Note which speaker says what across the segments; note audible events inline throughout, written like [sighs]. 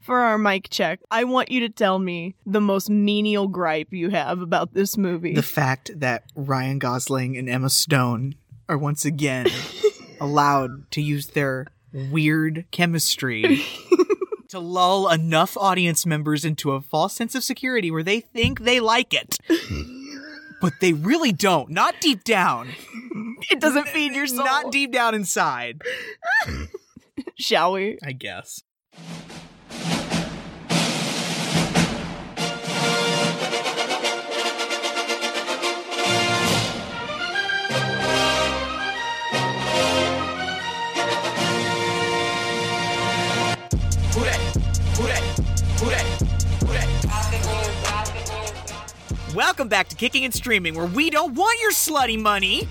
Speaker 1: for our mic check, I want you to tell me the most menial gripe you have about this movie.
Speaker 2: The fact that Ryan Gosling and Emma Stone are
Speaker 1: [laughs]
Speaker 2: once again allowed to use their weird
Speaker 1: [laughs]
Speaker 2: chemistry to lull enough audience members into a false sense of security where they think they
Speaker 1: [laughs]
Speaker 2: like it. But they really don't. Not deep down.
Speaker 1: [laughs] it doesn't feed your soul.
Speaker 2: Not deep down inside.
Speaker 1: Shall we?
Speaker 2: I guess. Welcome back to Kicking and Streaming, where we don't want your slutty money.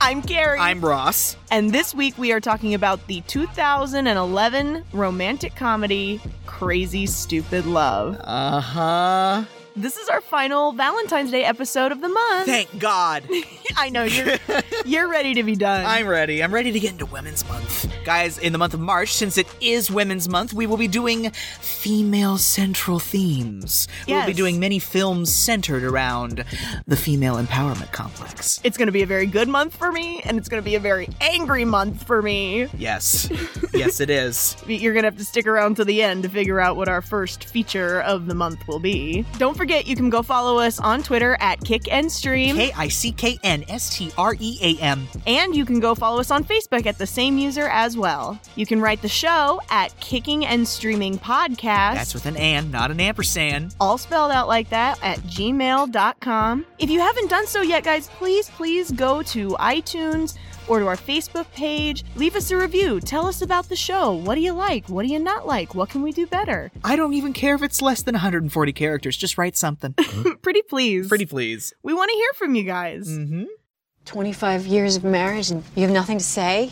Speaker 1: I'm Carrie.
Speaker 2: I'm Ross.
Speaker 1: and this week we are talking about the 2011 romantic comedy Crazy Stupid Love.
Speaker 2: Uh huh.
Speaker 1: This is our final Valentine's Day episode of the month.
Speaker 2: Thank God.
Speaker 1: [laughs] I know
Speaker 2: [laughs]
Speaker 1: you're you're ready to be done.
Speaker 2: I'm ready. I'm ready to get into Women's Month. Guys, in the month of March, since it is Women's Month, we will be doing female central themes. We'll be
Speaker 1: Yes.
Speaker 2: doing many films centered around the female empowerment complex.
Speaker 1: it's going to be a very good month for me, and it's going to be a very angry month for me.
Speaker 2: Yes. yes, it is.
Speaker 1: You're going to have to stick around to the end to figure out what our first feature of the month will be. Don't forget, you can go follow us on Twitter at Kick and Stream,
Speaker 2: K I C K N S T R E A M.
Speaker 1: and you can go follow us on Facebook at the same user as well. You can write the show at Kicking and Streaming Podcast.
Speaker 2: That's with an and, not an ampersand.
Speaker 1: all spelled out like that at gmail.com. If you haven't done so yet, guys, please, please go to iTunes or to our Facebook page. Leave us a review. Tell us about the show. What do you like? What do you not like? What can we do better?
Speaker 2: I don't even care if it's less than 140 characters. Just write something.
Speaker 1: Pretty please.
Speaker 2: Pretty please.
Speaker 1: We want to hear from you guys.
Speaker 2: Mm-hmm.
Speaker 3: 25 years of marriage and you have nothing to say?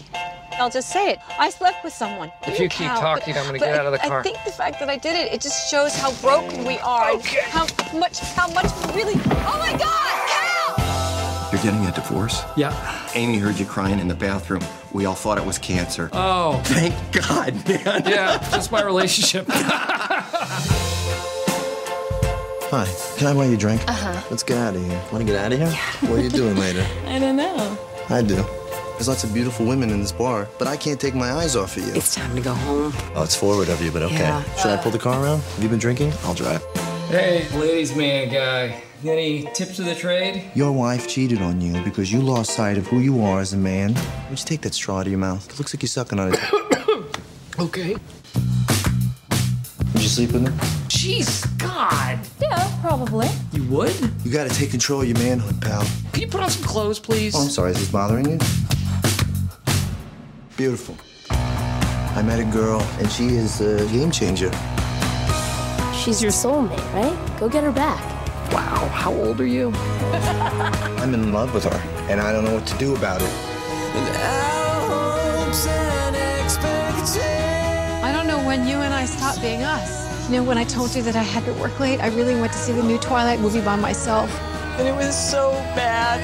Speaker 3: I'll just say it. I slept with someone.
Speaker 4: If you keep talking, I'm gonna
Speaker 3: but
Speaker 4: get out of the
Speaker 3: I-
Speaker 4: car.
Speaker 3: I think the fact that I did it, it just shows how broken we are. Okay. How much, how much we really. Oh my God! Help!
Speaker 5: You're getting a divorce?
Speaker 4: Yeah.
Speaker 5: Amy heard you crying in the bathroom. We all thought it was cancer.
Speaker 4: Oh,
Speaker 5: Thank God, man.
Speaker 4: yeah. That's my relationship.
Speaker 6: Hi, can I buy you a drink? Uh huh.
Speaker 7: Uh-huh.
Speaker 6: Let's get out of here. Want to get out of here? What are you doing
Speaker 7: [laughs]
Speaker 6: later?
Speaker 3: I don't know.
Speaker 6: I do. There's lots of beautiful women in this bar, but I can't take my eyes off of you.
Speaker 7: It's time to go home.
Speaker 6: Oh, it's forward of you, but okay.
Speaker 7: Yeah.
Speaker 6: Should I pull the car around? Have you been drinking? I'll drive.
Speaker 4: hey, ladies man guy. Any tips of the trade?
Speaker 6: Your wife cheated on you because you lost sight of who you are as a man. Would you take that straw out of your mouth? It looks like you're sucking
Speaker 7: [coughs]
Speaker 6: on it.
Speaker 4: Okay.
Speaker 6: Would you sleep with her?
Speaker 4: Jeez, God.
Speaker 3: Yeah, probably.
Speaker 4: You would? Can
Speaker 6: You gotta take control of your manhood, pal.
Speaker 4: you put on some clothes, please?
Speaker 6: Oh, I'm sorry. Is this bothering you? Beautiful. I met a girl, and she is a game changer.
Speaker 8: She's your soulmate, right? Go get her back.
Speaker 4: Wow. How old are you?
Speaker 6: I'm in love with her, and I don't know what to do about it.
Speaker 3: I don't know when you and I stopped being us. You know, when I told you that I had to work late, I really went to see the new Twilight movie by myself. And it was so bad.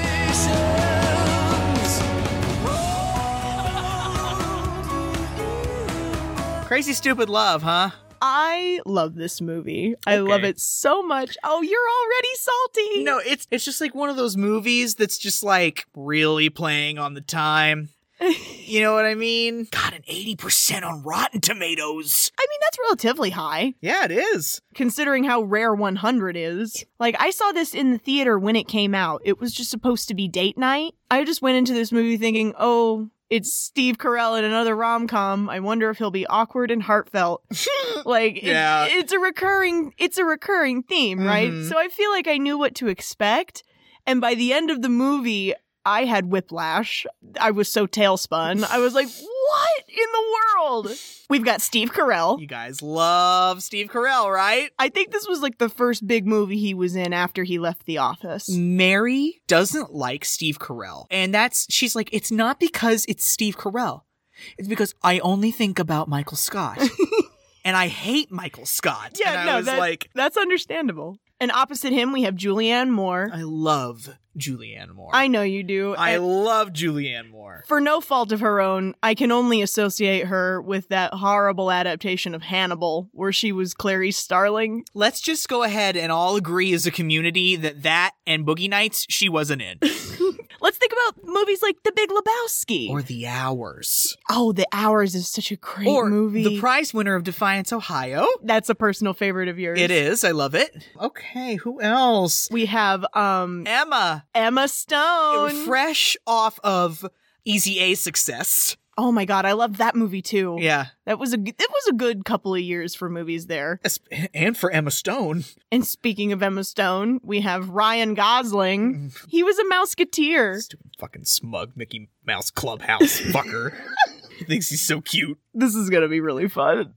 Speaker 2: Crazy stupid love, huh?
Speaker 1: I love this movie. I
Speaker 2: Okay.
Speaker 1: love it so much. Oh, you're already salty.
Speaker 2: [laughs] No, it's it's just like one of those movies that's just like really playing on the [laughs] time. You know what I mean? Got an 80% on Rotten Tomatoes.
Speaker 1: I mean, that's relatively high
Speaker 2: Yeah, it is.
Speaker 1: considering how rare 100 is. Like, I saw this in the theater when it came out. It was just supposed to be date night. I just went into this movie thinking, oh, it's Steve Carell in another rom com. I wonder if he'll be awkward and heartfelt. like, it-
Speaker 2: Yeah.
Speaker 1: it's a recurring, it's a recurring theme, right?
Speaker 2: Mhm.
Speaker 1: So I feel like I knew what to expect, and by the end of the movie. I had whiplash. I was so tailspun. I was like, what in the world? We've got Steve Carell.
Speaker 2: You guys love Steve Carell, right?
Speaker 1: I think this was like the first big movie he was in after he left the office.
Speaker 2: Mm. Mary doesn't like Steve Carell. And that's she's like it's not because it's Steve Carell. It's because I only think about Michael [laughs] Scott. and I hate Michael Scott. and I was
Speaker 1: that-
Speaker 2: like
Speaker 1: that's understandable. And opposite him, we have Julianne Moore.
Speaker 2: I love Julianne Moore.
Speaker 1: I know you do.
Speaker 2: I
Speaker 1: and
Speaker 2: love Julianne Moore.
Speaker 1: for no fault of her own, I can only associate her with that horrible adaptation of Hannibal, where she was Clarice Starling.
Speaker 2: Let's just go ahead and all agree as a community that that and Boogie Nights she wasn't in.
Speaker 1: Let's think about movies like The Big Lebowski.
Speaker 2: [laughs] or The Hours.
Speaker 1: oh, The Hours is such a great
Speaker 2: or
Speaker 1: movie.
Speaker 2: the prize winner of Defiance Ohio.
Speaker 1: That's a personal favorite of yours.
Speaker 2: It is. I love it. Okay, who else?
Speaker 1: We have um
Speaker 2: Emma,
Speaker 1: Emma Stone.
Speaker 2: fresh off of Easy A success.
Speaker 1: oh my god, I love that movie too.
Speaker 2: Yeah.
Speaker 1: That was a g- it was a good couple of years for movies there.
Speaker 2: As- And for Emma Stone.
Speaker 1: And speaking of Emma Stone, we have Ryan
Speaker 2: [laughs]
Speaker 1: Gosling. He was a Mouseketeer.
Speaker 2: Stupid fucking smug Mickey Mouse [laughs] Clubhouse fucker. He thinks he's so cute.
Speaker 1: This is gonna be really fun.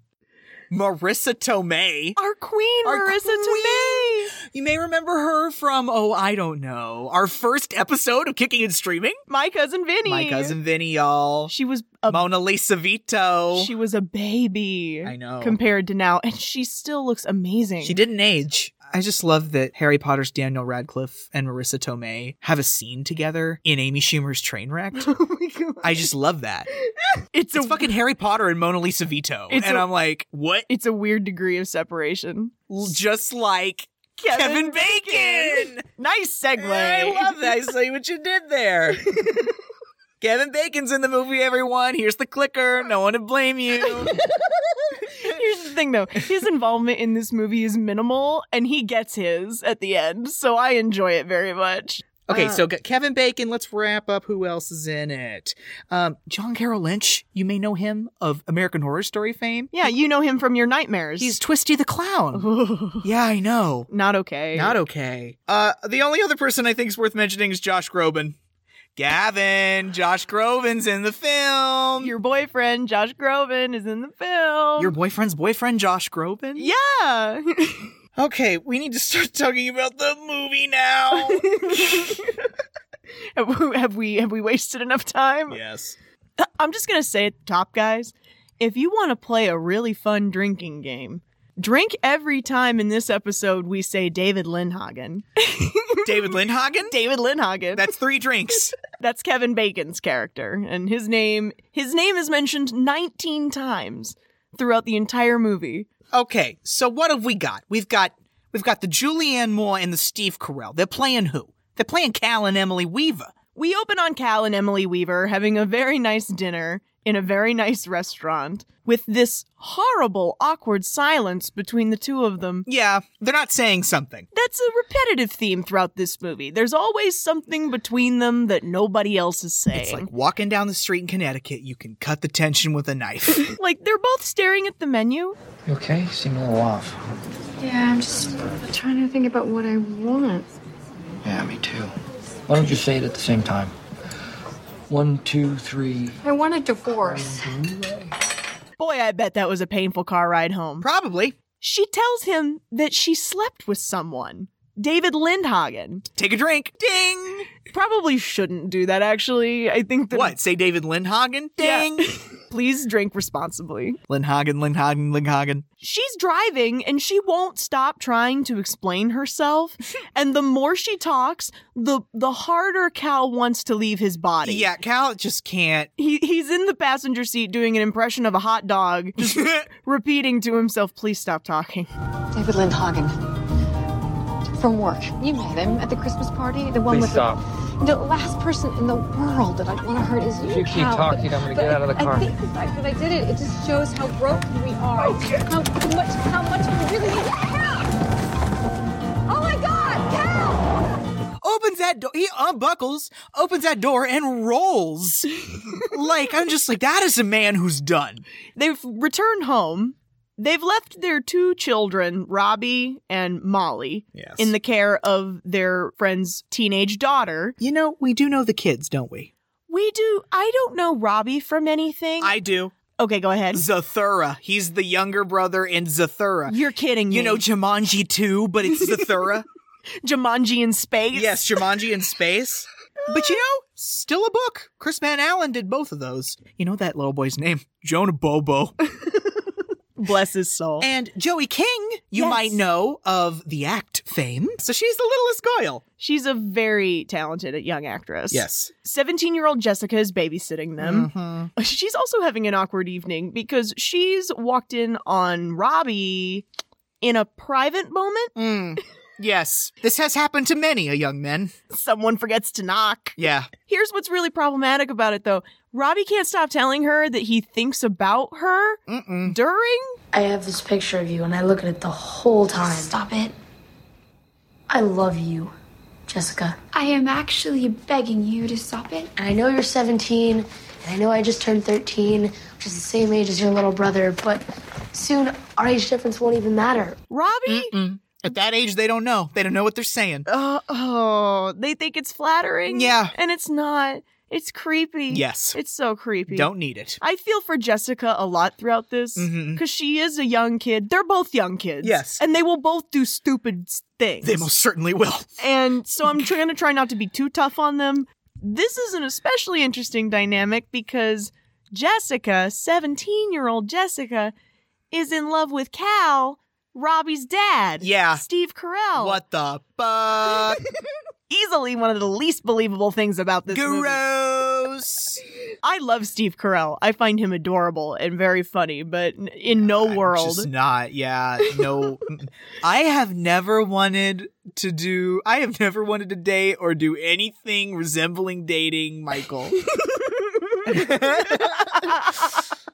Speaker 2: Marissa Tomei.
Speaker 1: Our queen,
Speaker 2: Our
Speaker 1: Marissa
Speaker 2: queen.
Speaker 1: Tomei.
Speaker 2: You may remember her from, oh, I don't know, our first episode of Kicking and Streaming.
Speaker 1: My cousin Vinny.
Speaker 2: My cousin Vinny, y'all.
Speaker 1: She was a
Speaker 2: Mona Lisa Vito.
Speaker 1: she was a baby.
Speaker 2: I know.
Speaker 1: Compared to now, and she still looks amazing. [laughs]
Speaker 2: She didn't age. I just love that Harry Potter's Daniel Radcliffe and Marissa Tomei have a scene together in Amy Schumer's Trainwreck.
Speaker 1: oh my god.
Speaker 2: I just love that.
Speaker 1: It's,
Speaker 2: [laughs] It's
Speaker 1: a
Speaker 2: fucking Harry Potter and Mona Lisa Vito.
Speaker 1: It's
Speaker 2: and
Speaker 1: a-
Speaker 2: i I'm like, what?
Speaker 1: it's a weird degree of separation.
Speaker 2: Just like Kevin, Bacon.
Speaker 1: Nice segue.
Speaker 2: I love that. I see what you did [laughs] there. Kevin Bacon's in the movie, everyone. Here's the clicker. No one to blame you.
Speaker 1: Here's the thing though. His involvement in this movie is minimal and he gets his at the end. So I enjoy it very much.
Speaker 2: [laughs] Okay, so got Kevin Bacon. Let's wrap up. Who else is in it? Um, John Carroll Lynch. You may know him of American Horror Story fame.
Speaker 1: Yeah, you know him from your nightmares.
Speaker 2: He's Twisty the Clown. [laughs] yeah, I know.
Speaker 1: not okay.
Speaker 2: Not okay. Uh, the only other person I think is worth mentioning is Josh Groban. Gavin, Josh Groban's in the film.
Speaker 1: your boyfriend Josh Groban is in the film.
Speaker 2: Your boyfriend's boyfriend, Josh Groban.
Speaker 1: yeah. [laughs]
Speaker 2: Okay, we need to start [laughs] talking about the movie [laughs] now.
Speaker 1: have, we- have we have we wasted enough time?
Speaker 2: yes.
Speaker 1: [laughs] I'm just gonna say at the top, guys. If you want to play a really fun drinking game, drink every time in this episode we say David
Speaker 2: [laughs]
Speaker 1: Lindhagen.
Speaker 2: David Lindhagen.
Speaker 1: David Lindhagen.
Speaker 2: That's three drinks.
Speaker 1: That's Kevin Bacon's character, and his name his name is mentioned 19 times throughout the entire movie.
Speaker 2: [laughs] Okay, so what have we got? We've got we've got the Julianne Moore and the Steve Carell. They're playing who? They're playing Cal and Emily Weaver.
Speaker 1: We open on Cal and Emily Weaver having a very nice dinner in a very nice restaurant with this horrible awkward silence between the two of them.
Speaker 2: Yeah, they're not saying something.
Speaker 1: That's a repetitive theme throughout this movie. There's always something between them that nobody else is saying.
Speaker 2: It's like walking down the street in Connecticut, you can cut the tension with a knife. [laughs]
Speaker 1: like they're both staring at the menu.
Speaker 5: You okay? You seem a little off.
Speaker 3: Yeah, I'm just trying to think about what I want.
Speaker 5: Yeah, me too. Why don't you say it at the same time? One, two, three.
Speaker 3: I want a divorce.
Speaker 1: Boy, I bet that was a painful car ride home.
Speaker 2: Probably.
Speaker 1: She tells him that she slept with someone, David Lindhagen.
Speaker 2: Take a drink. Ding.
Speaker 1: Probably shouldn't do that, actually. I think that.
Speaker 2: What? Say David Lindhagen?
Speaker 1: Yeah.
Speaker 2: [laughs] Ding.
Speaker 1: Please drink responsibly.
Speaker 2: Lindhagen, Lindhagen, Lindhagen.
Speaker 1: She's driving and she won't stop trying to explain herself.
Speaker 2: [laughs]
Speaker 1: and the more she talks, the the harder Cal wants to leave his body.
Speaker 2: Yeah, Cal just can't.
Speaker 1: He, he's in the passenger seat doing an impression of a hot dog,
Speaker 2: [laughs]
Speaker 1: just repeating to himself, please stop talking.
Speaker 3: David Lindhagen. From work. You met him at the Christmas party. The one
Speaker 4: Please
Speaker 3: with
Speaker 4: stop.
Speaker 3: The, the last person in the world that I'd want to hurt is you.
Speaker 4: If you keep
Speaker 3: Cal, but-
Speaker 4: talking, I'm gonna
Speaker 3: but
Speaker 4: get out of the
Speaker 3: I-
Speaker 4: car.
Speaker 3: I think the fact that I did it, it just shows how broken we are. How much, how much we really. Cal! Oh my God, Cal!
Speaker 2: opens that door. He unbuckles, opens that door, and [laughs] rolls. like, I'm just like, that is a man who's done.
Speaker 1: They've returned home. They've left their two children, Robbie and Molly,
Speaker 2: Yes.
Speaker 1: in the care of their friend's teenage daughter.
Speaker 2: You know, we do know the kids, don't we?
Speaker 1: We do, I don't know Robbie from anything.
Speaker 2: I do.
Speaker 1: okay, go ahead.
Speaker 2: Zathura. He's the younger brother in Zathura.
Speaker 1: You're kidding
Speaker 2: You
Speaker 1: me.
Speaker 2: know Jumanji 2, but it's Zathura.
Speaker 1: Jumanji in space.
Speaker 2: [laughs] yes, Jumanji in space. But you know, still a book. Chris Van Allen did both of those. You know that little boy's name? Jonah Bobo.
Speaker 1: Bless his soul.
Speaker 2: [laughs] And Joey King, you
Speaker 8: Yes.
Speaker 2: might know of the act fame. So she's the littlest Goyle.
Speaker 1: She's a very talented young actress.
Speaker 2: Yes.
Speaker 1: 17 year old Jessica is babysitting them. [laughs]
Speaker 2: Mm-hmm.
Speaker 1: She's also having an awkward evening because she's walked in on Robbie in a private moment.
Speaker 2: Yes. This has happened to many a young man.
Speaker 1: Someone forgets to knock.
Speaker 2: Yeah.
Speaker 1: Here's what's really problematic about it though Robbie can't stop telling her that he thinks about her during.
Speaker 7: I have this picture of you and I look at it the whole time.
Speaker 3: Stop it.
Speaker 7: I love you, Jessica.
Speaker 9: I am actually begging you to stop it.
Speaker 7: And I know you're 17, and I know I just turned 13, which is the same age as your little brother, but soon our age difference won't even matter.
Speaker 1: Robbie?
Speaker 2: At that age, they don't know. They don't know what they're saying.
Speaker 1: Uh, oh, they think it's flattering.
Speaker 2: Yeah.
Speaker 1: And it's not. It's creepy.
Speaker 2: Yes.
Speaker 1: It's so creepy.
Speaker 2: Don't need it.
Speaker 1: I feel for Jessica a lot throughout this because she is a young kid. They're both young kids.
Speaker 2: Yes.
Speaker 1: And they will both do stupid s- things.
Speaker 2: They most certainly will.
Speaker 1: And so I'm trying to try not to be too tough on them. This is an especially interesting dynamic because Jessica, 17 year old Jessica, is in love with Cal, Robbie's dad.
Speaker 2: Yeah.
Speaker 1: Steve Carell.
Speaker 2: What the
Speaker 1: [laughs]
Speaker 2: fuck?
Speaker 1: Easily one of the least believable things about this movie.
Speaker 2: Gross.
Speaker 1: I love Steve Carell. I find him adorable and very funny, but n- in no world.
Speaker 2: Just not. Yeah. No. I have never wanted to do. I have never wanted to date or do anything resembling
Speaker 1: [laughs]
Speaker 2: dating Michael.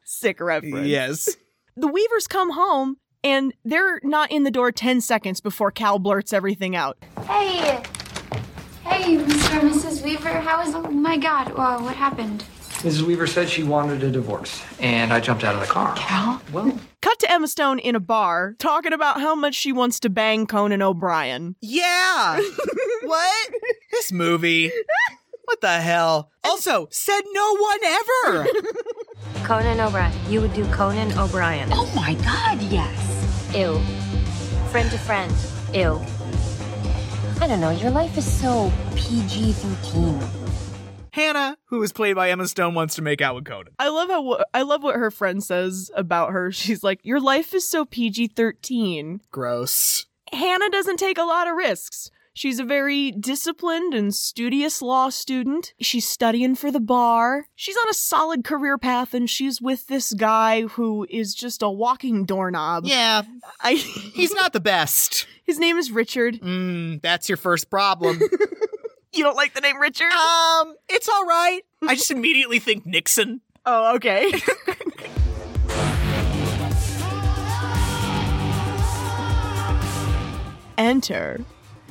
Speaker 1: Sick reference.
Speaker 2: yes.
Speaker 1: The Weavers come home and they're not in the door 10 seconds before Cal blurts everything out.
Speaker 9: Hey! Hey, Mr. and Mrs. Weaver, how is. Oh my god, wow, what happened?
Speaker 5: Mrs. Weaver said she wanted a divorce, and I jumped out of the car. Cal? Well,
Speaker 1: Cut to Emma Stone in a bar talking about how much she wants to bang Conan O'Brien.
Speaker 2: Yeah. what? This movie. What the hell? Also, said no one ever.
Speaker 10: Conan O'Brien. You would do Conan O'Brien.
Speaker 3: Oh my god, yes.
Speaker 10: Ew. Friend to friend. Ew. I don't know. Your life is so PG 13.
Speaker 2: Hannah, who is played by Emma Stone, wants to make out with Conan.
Speaker 1: I love how I love what her friend says about her. [laughs] She's like, "Your life is so PG-13."
Speaker 2: Gross.
Speaker 1: Hannah doesn't take a lot of risks. She's a very disciplined and studious law student. She's studying for the bar. She's on a solid career path and she's with this guy who is just a walking doorknob.
Speaker 2: Yeah,
Speaker 1: I,
Speaker 2: [laughs] he's not the best.
Speaker 1: his name is Richard.
Speaker 2: Mm, that's your first [laughs] problem.
Speaker 1: You don't like the name Richard?
Speaker 2: um, it's all right. I just immediately think Nixon.
Speaker 1: oh, okay. [laughs] Enter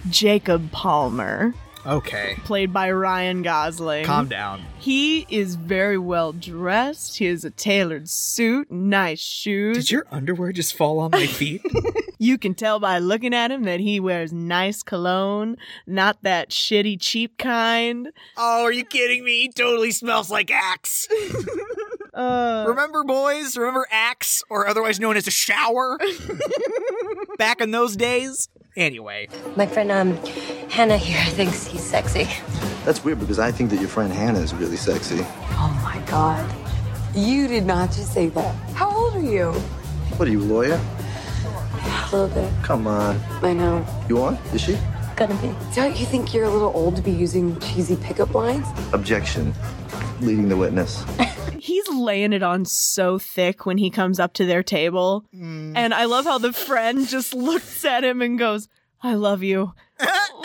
Speaker 1: Jacob Palmer,
Speaker 2: Okay,
Speaker 1: played by Ryan Gosling.
Speaker 2: down.
Speaker 1: He is very well dressed. He has a tailored suit, nice shoes.
Speaker 2: Did your underwear just fall on my feet?
Speaker 1: You can tell by looking at him that he wears nice cologne, not that shitty, cheap kind.
Speaker 2: [laughs] oh, are you kidding me? He totally smells like [laughs] Axe.
Speaker 1: Uh,
Speaker 2: Remember, boys? Remember Axe, or otherwise known as a [laughs] shower? Back in those days? Anyway.
Speaker 10: My friend, um, Hannah here thinks he's sexy.
Speaker 6: That's weird because I think that your friend Hannah is really sexy.
Speaker 3: Oh my god. You did not just say that. How old are you?
Speaker 6: What are you, a lawyer?
Speaker 3: A little bit.
Speaker 6: Come on.
Speaker 3: I know.
Speaker 6: You on? Is she?
Speaker 10: Gonna be.
Speaker 3: Don't you think you're a little old to be using cheesy pickup lines?
Speaker 6: Objection. Leading the witness.
Speaker 1: he's laying it on so thick when he comes up to their table.
Speaker 2: Mm.
Speaker 1: And I love how the friend just [laughs] looks at him and goes, I love you.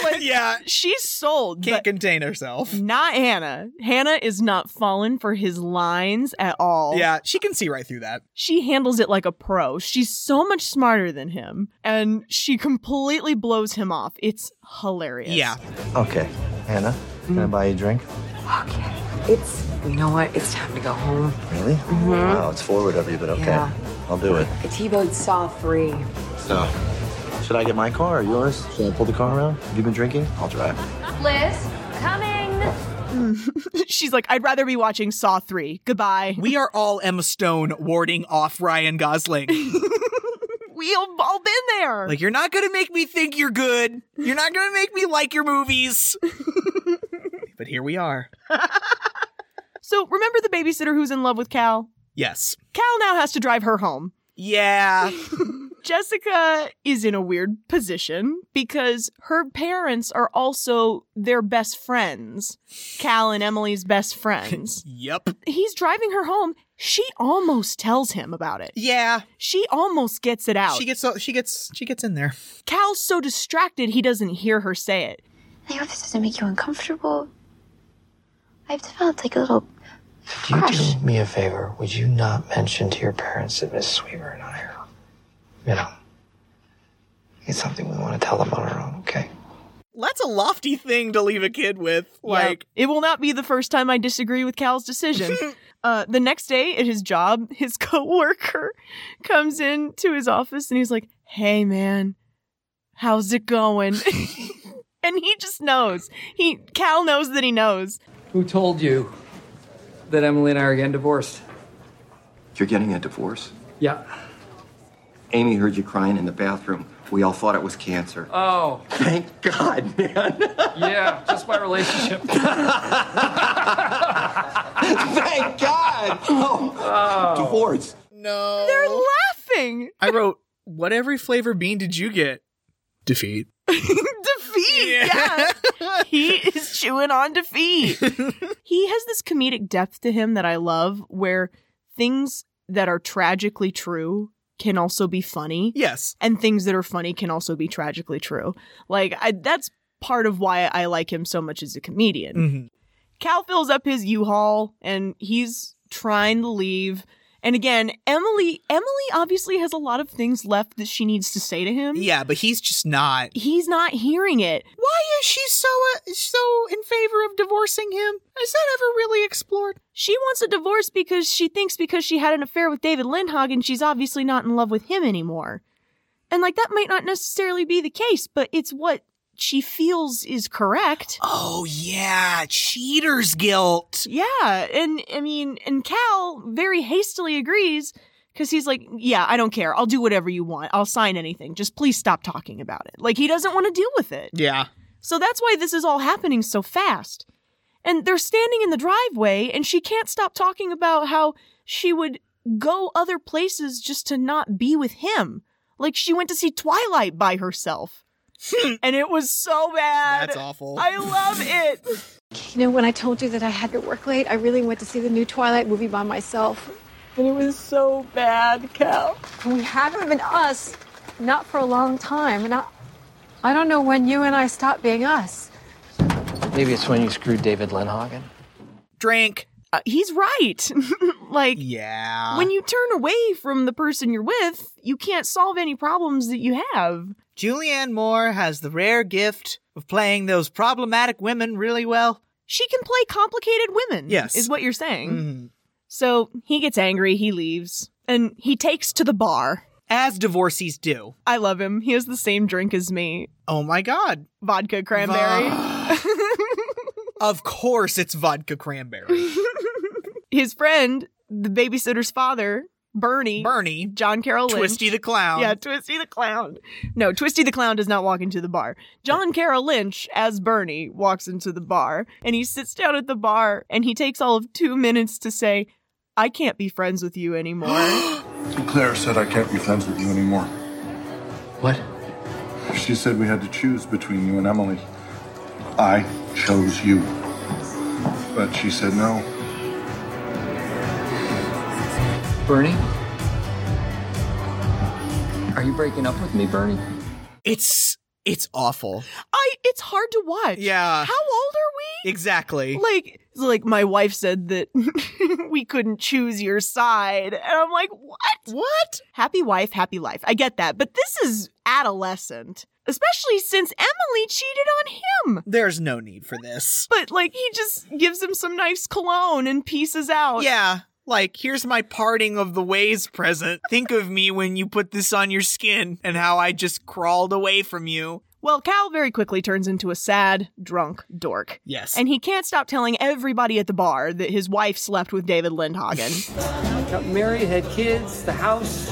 Speaker 1: Like,
Speaker 2: Yeah.
Speaker 1: She's sold.
Speaker 2: Can't
Speaker 1: but-
Speaker 2: contain herself.
Speaker 1: not Hannah. Hannah is not falling for his lines at all.
Speaker 2: Yeah, she can see right through that.
Speaker 1: she handles it like a pro. She's so much smarter than him, and she completely blows him off. It's hilarious.
Speaker 2: Yeah.
Speaker 6: Okay. Hannah, can I buy you a drink?
Speaker 3: Okay. It's, you know what? It's time to go home.
Speaker 6: Really? Wow, it's forward of you, but okay.
Speaker 3: Yeah.
Speaker 6: I'll do it.
Speaker 3: The T-Bone saw three.
Speaker 6: So, should I get my car or yours? Should I pull the car around? Have you been drinking? I'll drive.
Speaker 9: Liz?
Speaker 10: Coming!
Speaker 1: [laughs] She's like, I'd rather be watching Saw 3. Goodbye.
Speaker 2: We are all Emma Stone warding off Ryan [laughs] Gosling.
Speaker 1: We've all been there.
Speaker 2: Like, you're not gonna make me think you're good. You're not gonna make me like your movies. [laughs] but here we are.
Speaker 1: so remember the babysitter who's in love with Cal?
Speaker 2: Yes.
Speaker 1: Cal now has to drive her home.
Speaker 2: Yeah.
Speaker 1: Jessica is in a weird position because her parents are also their best friends, Cal and Emily's best
Speaker 2: [laughs]
Speaker 1: friends.
Speaker 2: yep.
Speaker 1: He's driving her home. She almost tells him about it.
Speaker 2: Yeah.
Speaker 1: She almost gets it out.
Speaker 2: She gets she gets she gets in there.
Speaker 1: Cal's so distracted he doesn't hear her say it.
Speaker 9: I hope this doesn't make you uncomfortable. I've developed like a little
Speaker 5: If you do me a favor, would you not mention to your parents that Miss Weaver and I are, you know, it's something we want to tell them on our own, okay?
Speaker 2: That's a lofty thing to leave a kid with. Like
Speaker 1: Yep. it will not be the first time I disagree with Cal's decision. uh, the next day at his job, [laughs] his coworker comes in to his office and he's like, "Hey, man, how's it going?" [laughs] and he just knows. He Cal knows that he knows.
Speaker 4: Who told you that Emily and I are getting divorced?
Speaker 11: You're getting a divorce?
Speaker 4: Yeah.
Speaker 11: Amy heard you crying in the bathroom. We all thought it was cancer.
Speaker 4: Oh,
Speaker 11: Thank God, man.
Speaker 4: yeah, just my relationship.
Speaker 11: Thank God. Oh. Divorce.
Speaker 2: no.
Speaker 1: They're laughing.
Speaker 2: I wrote what every flavor bean did you get? Defeat.
Speaker 1: defeat. Yeah. he is chewing on defeat. he has this comedic depth to him that I love where things that are tragically true can also be funny.
Speaker 2: Yes.
Speaker 1: And things that are funny can also be tragically true. Like I, that's part of why I like him so much as a comedian.
Speaker 2: Mhm.
Speaker 1: Cal fills up his U-Haul and he's trying to leave. And again, Emily Emily obviously has a lot of things left that she needs to say to him.
Speaker 2: Yeah, but he's just not.
Speaker 1: He's not hearing it.
Speaker 2: Why is she so uh, so in favor of divorcing him? Is that ever really explored?
Speaker 1: She wants a divorce because she thinks because she had an affair with David Lindhagen, she's obviously not in love with him anymore. And like that might not necessarily be the case, but it's what she feels is correct.
Speaker 2: Oh yeah, cheater's guilt.
Speaker 1: Yeah, and I mean, and Cal very hastily agrees because he's like, "Yeah, I don't care. I'll do whatever you want. I'll sign anything. Just please stop talking about it." Like he doesn't want to deal with it.
Speaker 2: Yeah.
Speaker 1: So that's why this is all happening so fast. And they're standing in the driveway, and she can't stop talking about how she would go other places just to not be with him. Like she went to see Twilight by
Speaker 2: [laughs]
Speaker 1: herself. and it was so bad.
Speaker 2: That's awful.
Speaker 1: I love
Speaker 2: [laughs]
Speaker 1: it.
Speaker 3: You know, when I told you that I had to work late, I really went to see the new Twilight movie by myself.
Speaker 1: And it was so bad, Cal.
Speaker 3: We haven't been us, not for a long time. And I, I don't know when you and I stopped being us.
Speaker 5: Maybe it's when you screwed David Lenhagen.
Speaker 2: Drink.
Speaker 1: Uh, he's right. [laughs] like,
Speaker 2: Yeah.
Speaker 1: when you turn away from the person you're with, you can't solve any problems that you have.
Speaker 2: Julianne Moore has the rare gift of playing those problematic women really well.
Speaker 1: She can play complicated women.
Speaker 2: Yes. Mm-hmm.
Speaker 1: Is what you're saying. So he gets angry, he leaves, and he takes to the bar.
Speaker 2: As divorcees do.
Speaker 1: I love him. He has the same drink as me
Speaker 2: Oh my god.
Speaker 1: vodka cranberry.
Speaker 2: Of course it's vodka cranberry.
Speaker 1: His friend, the babysitter's father, Bernie,
Speaker 2: [laughs] Bernie,
Speaker 1: John Carroll Lynch.
Speaker 2: Twisty the clown.
Speaker 1: Yeah, Twisty the Clown. No, Twisty the Clown does not walk into the bar. John Carroll Lynch, as Bernie, walks into the bar and he sits down at the bar and he takes all of two minutes to say, I can't be friends with you
Speaker 2: [gasps]
Speaker 1: anymore.
Speaker 12: Claire said I can't be friends with you anymore.
Speaker 5: What?
Speaker 12: She said we had to choose between you and Emily. I chose you. But she said no.
Speaker 5: Bernie? Are you breaking up with me, Bernie?
Speaker 2: It's it's awful.
Speaker 1: I it's hard to watch.
Speaker 2: Yeah.
Speaker 1: How old are we?
Speaker 2: Exactly.
Speaker 1: like like my wife said that [laughs] we couldn't choose your side and i'm like what
Speaker 2: What?
Speaker 1: happy wife happy life i get that but this is adolescent especially since emily cheated on him
Speaker 2: There's no need for this.
Speaker 1: but like he just gives him some nice cologne and pieces out
Speaker 2: Yeah. Like, here's my parting of the ways present. Think of me when you put this on your skin and how I just crawled away from you.
Speaker 1: well cal very quickly turns into a sad drunk dork
Speaker 2: Yes.
Speaker 1: and he can't stop telling everybody at the bar that his wife slept with david
Speaker 2: [laughs]
Speaker 1: lindhagen
Speaker 4: Got married, had kids, the house.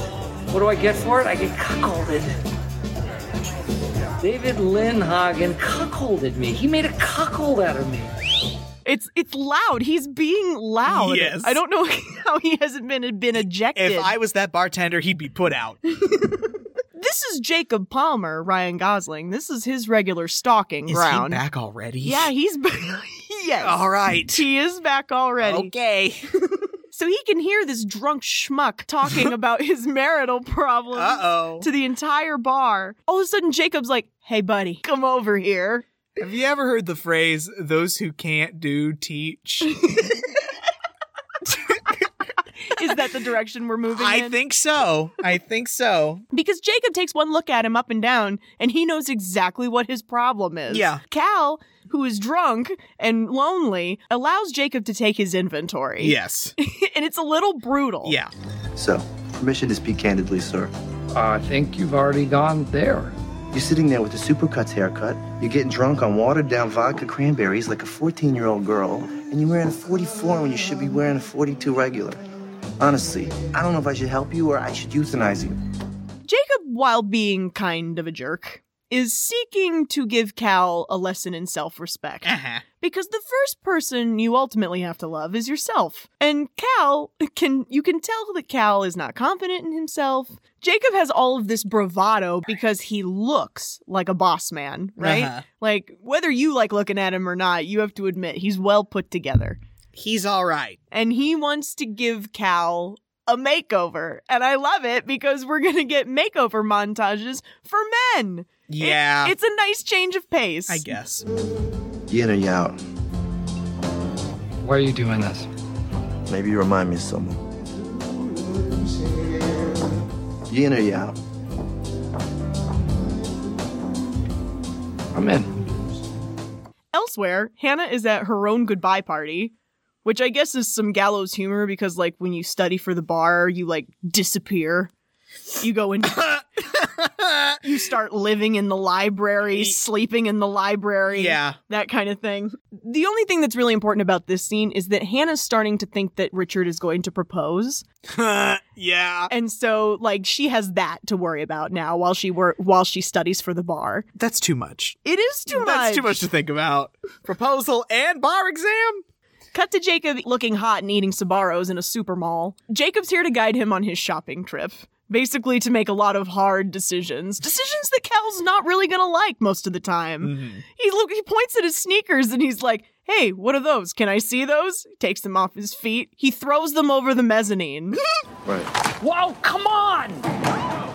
Speaker 4: What do I get for it? I get cuckolded. David Lynn Hagen cuckolded me. He made a cuckold out of me.
Speaker 1: It's it's loud. He's being loud.
Speaker 2: Yes.
Speaker 1: I don't know [laughs] how he hasn't been been ejected.
Speaker 2: If I was that bartender, he'd be put out.
Speaker 1: this is Jacob Palmer, Ryan Gosling. This is his regular stalking
Speaker 2: Is
Speaker 1: ground.
Speaker 2: he back already?
Speaker 1: Yeah, he's [laughs] back. yes.
Speaker 2: All right.
Speaker 1: He is back already.
Speaker 2: [laughs] Okay.
Speaker 1: so he can hear this drunk schmuck
Speaker 2: [laughs]
Speaker 1: talking about his marital problems
Speaker 2: Uh-oh.
Speaker 1: to the entire bar. All of a sudden, Jacob's like, hey, buddy, come over here.
Speaker 2: Have you ever heard the phrase "those who can't do [laughs] teach"?
Speaker 1: Is that the direction we're moving
Speaker 2: I
Speaker 1: in?
Speaker 2: think so. I think so.
Speaker 1: Because Jacob takes one look at him up and down, and he knows exactly what his problem is.
Speaker 2: Yeah.
Speaker 1: Cal, who is drunk and lonely, allows Jacob to take his inventory.
Speaker 2: Yes.
Speaker 1: [laughs] and it's a little brutal.
Speaker 2: Yeah.
Speaker 6: So, permission to speak candidly, sir.
Speaker 4: I think you've already gone there.
Speaker 6: You're sitting there with a supercuts haircut. You're getting drunk on watered down vodka cranberries like a 14 year old girl, and you're wearing a 44 when you should be wearing a 42 regular. Honestly, I don't know if I should help you or I should euthanize you.
Speaker 1: Jacob, while being kind of a jerk, is seeking to give Cal a lesson in self respect. Because the first person you ultimately have to love is yourself. And Cal can you can tell that Cal is not confident in himself. Jacob has all of this bravado because he looks like a boss man, right?
Speaker 2: Uh-huh.
Speaker 1: Like whether you like looking at him or not, you have to admit he's well put together.
Speaker 2: He's all right.
Speaker 1: And he wants to give Cal a makeover. And I love it because we're going to get makeover montages for men.
Speaker 2: Yeah.
Speaker 1: It's a nice change of pace.
Speaker 2: I guess. [laughs]
Speaker 6: Yin or you out.
Speaker 11: Why are you doing this?
Speaker 6: Maybe you remind me of someone. You in or you out?
Speaker 11: I'm in.
Speaker 1: Elsewhere, Hannah is at her own goodbye party, which I guess is some gallows humor because, like, when you study for the bar, you, like, disappear. You go in.
Speaker 2: [laughs]
Speaker 1: you start living in the library, sleeping in the library.
Speaker 2: Yeah.
Speaker 1: That kind of thing. The only thing that's really important about this scene is that Hannah's starting to think that Richard is going to propose.
Speaker 2: yeah.
Speaker 1: And so like she has that to worry about now while she wor- while she studies for the bar.
Speaker 2: That's too much.
Speaker 1: It is too much.
Speaker 2: That's too much to think about. Proposal and bar exam?
Speaker 1: Cut to Jacob looking hot and eating Sabaros in a super mall. Jacob's here to guide him on his shopping trip, basically to make a lot of hard decisions. Decisions that Cal's not really gonna like most of the time.
Speaker 2: Mm-hmm.
Speaker 1: He look he points at his sneakers and he's like, "Hey, what are those? Can I see those?" Takes them off his feet. He throws them over the
Speaker 2: [laughs]
Speaker 1: mezzanine.
Speaker 6: Right.
Speaker 4: Whoa, come on!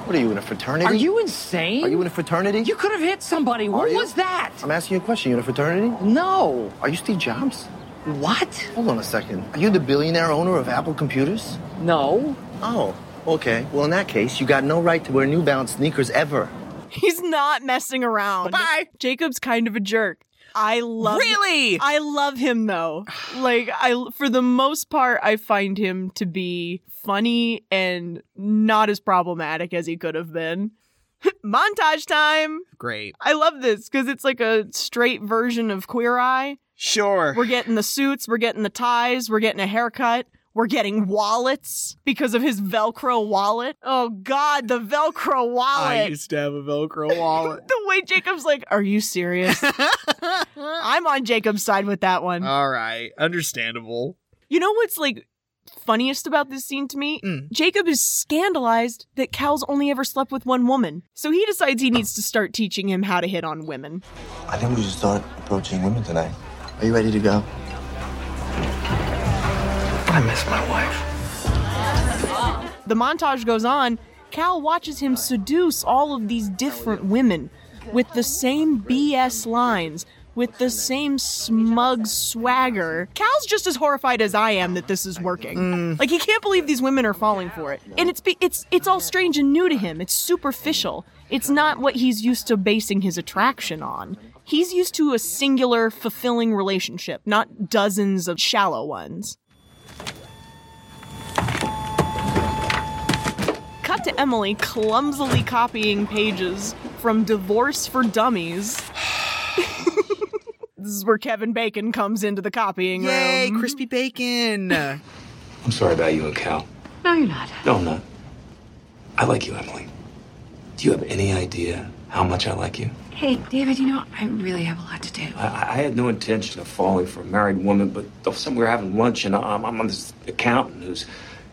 Speaker 6: What are you in a fraternity?
Speaker 4: Are you insane?
Speaker 6: Are you in a fraternity?
Speaker 4: You could have hit somebody.
Speaker 6: Are
Speaker 4: What
Speaker 6: you?
Speaker 4: was that?
Speaker 6: I'm asking you a question. You in a fraternity?
Speaker 4: No.
Speaker 6: Are you Steve Jobs?
Speaker 4: What?
Speaker 6: Hold on a second. Are you the billionaire owner of Apple Computers?
Speaker 4: No.
Speaker 6: Oh, okay. Well, in that case, you got no right to wear New Balance sneakers ever.
Speaker 1: He's not messing around. Bye. Jacob's kind of a jerk. I love
Speaker 2: Really?
Speaker 1: I love him though. Like I for the most part I find him to be funny and not as problematic as he could have been. [laughs] Montage time.
Speaker 2: Great.
Speaker 1: I love this cuz it's like a straight version of Queer Eye.
Speaker 2: Sure.
Speaker 1: We're getting the suits, we're getting the ties, we're getting a haircut. We're getting wallets because of his Velcro wallet. Oh God, the Velcro wallet!
Speaker 2: I used to have a Velcro wallet. [laughs]
Speaker 1: the way Jacob's like, "Are you serious?" I'm on Jacob's side with that one.
Speaker 2: All right. Understandable.
Speaker 1: you know what's like funniest about this scene to me? Jacob is scandalized that Cal's only ever slept with one woman, so he decides he needs to start teaching him how to hit on women.
Speaker 6: I think we should start approaching women tonight. Are you ready to go?
Speaker 5: I miss my wife.
Speaker 1: The montage goes on. Cal watches him seduce all of these different women with the same BS lines, with the same smug swagger. Cal's just as horrified as I am that this is working. Like he can't believe these women are falling for it. And it's be- it's it's all strange and new to him. It's superficial. It's not what he's used to basing his attraction on. He's used to a singular fulfilling relationship, not dozens of shallow ones. Cut to Emily clumsily copying pages from Divorce for Dummies. [laughs] this is where Kevin Bacon comes into the copying
Speaker 2: Yay,
Speaker 1: room.
Speaker 2: crispy bacon.
Speaker 5: I'm sorry about you and Cal.
Speaker 3: No, you're not.
Speaker 5: No, I'm not. I like you, Emily. Do you have any idea how much I like you?
Speaker 13: Hey, David, you know, I really have a lot to do.
Speaker 5: I, I had no intention of falling for a married woman, but all of a sudden we were having lunch, and I'm, I'm on this accountant who's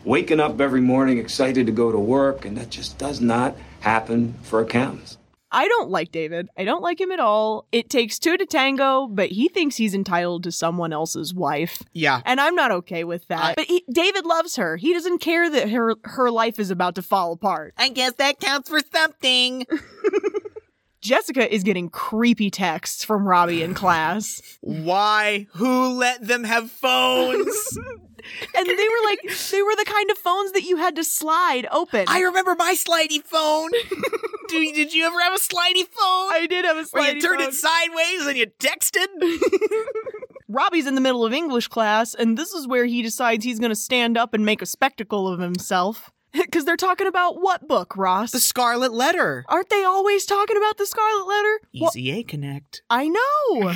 Speaker 5: waking up every morning excited to go to work, and that just does not happen for accountants.
Speaker 1: I don't like David. I don't like him at all. It takes two to tango, but he thinks he's entitled to someone else's wife.
Speaker 2: [laughs] Yeah.
Speaker 1: And I'm not okay with that. but he, David loves her. He doesn't care that her her life is about to fall apart.
Speaker 2: I guess that counts for something.
Speaker 1: Jessica is getting creepy texts from Robbie in
Speaker 2: [laughs]
Speaker 1: class.
Speaker 2: Why? Who let them have phones?
Speaker 1: and they were like they were the kind of phones that you had to slide open.
Speaker 2: [laughs] I remember my slidey [laughs] phone. Dude, did you ever have a slidey phone?
Speaker 1: [laughs] I did have a slidey
Speaker 2: Where you turned
Speaker 1: phone.
Speaker 2: it sideways and you texted? [laughs]
Speaker 1: Robbie's in the middle of English class, and this is where he decides he's going to stand up and make a spectacle of [laughs] himself. Because they're talking about what book, Ross?
Speaker 2: The Scarlet Letter.
Speaker 1: Aren't they always talking about the Scarlet Letter? Wha-
Speaker 2: Easy A Connect.
Speaker 1: I [laughs] know.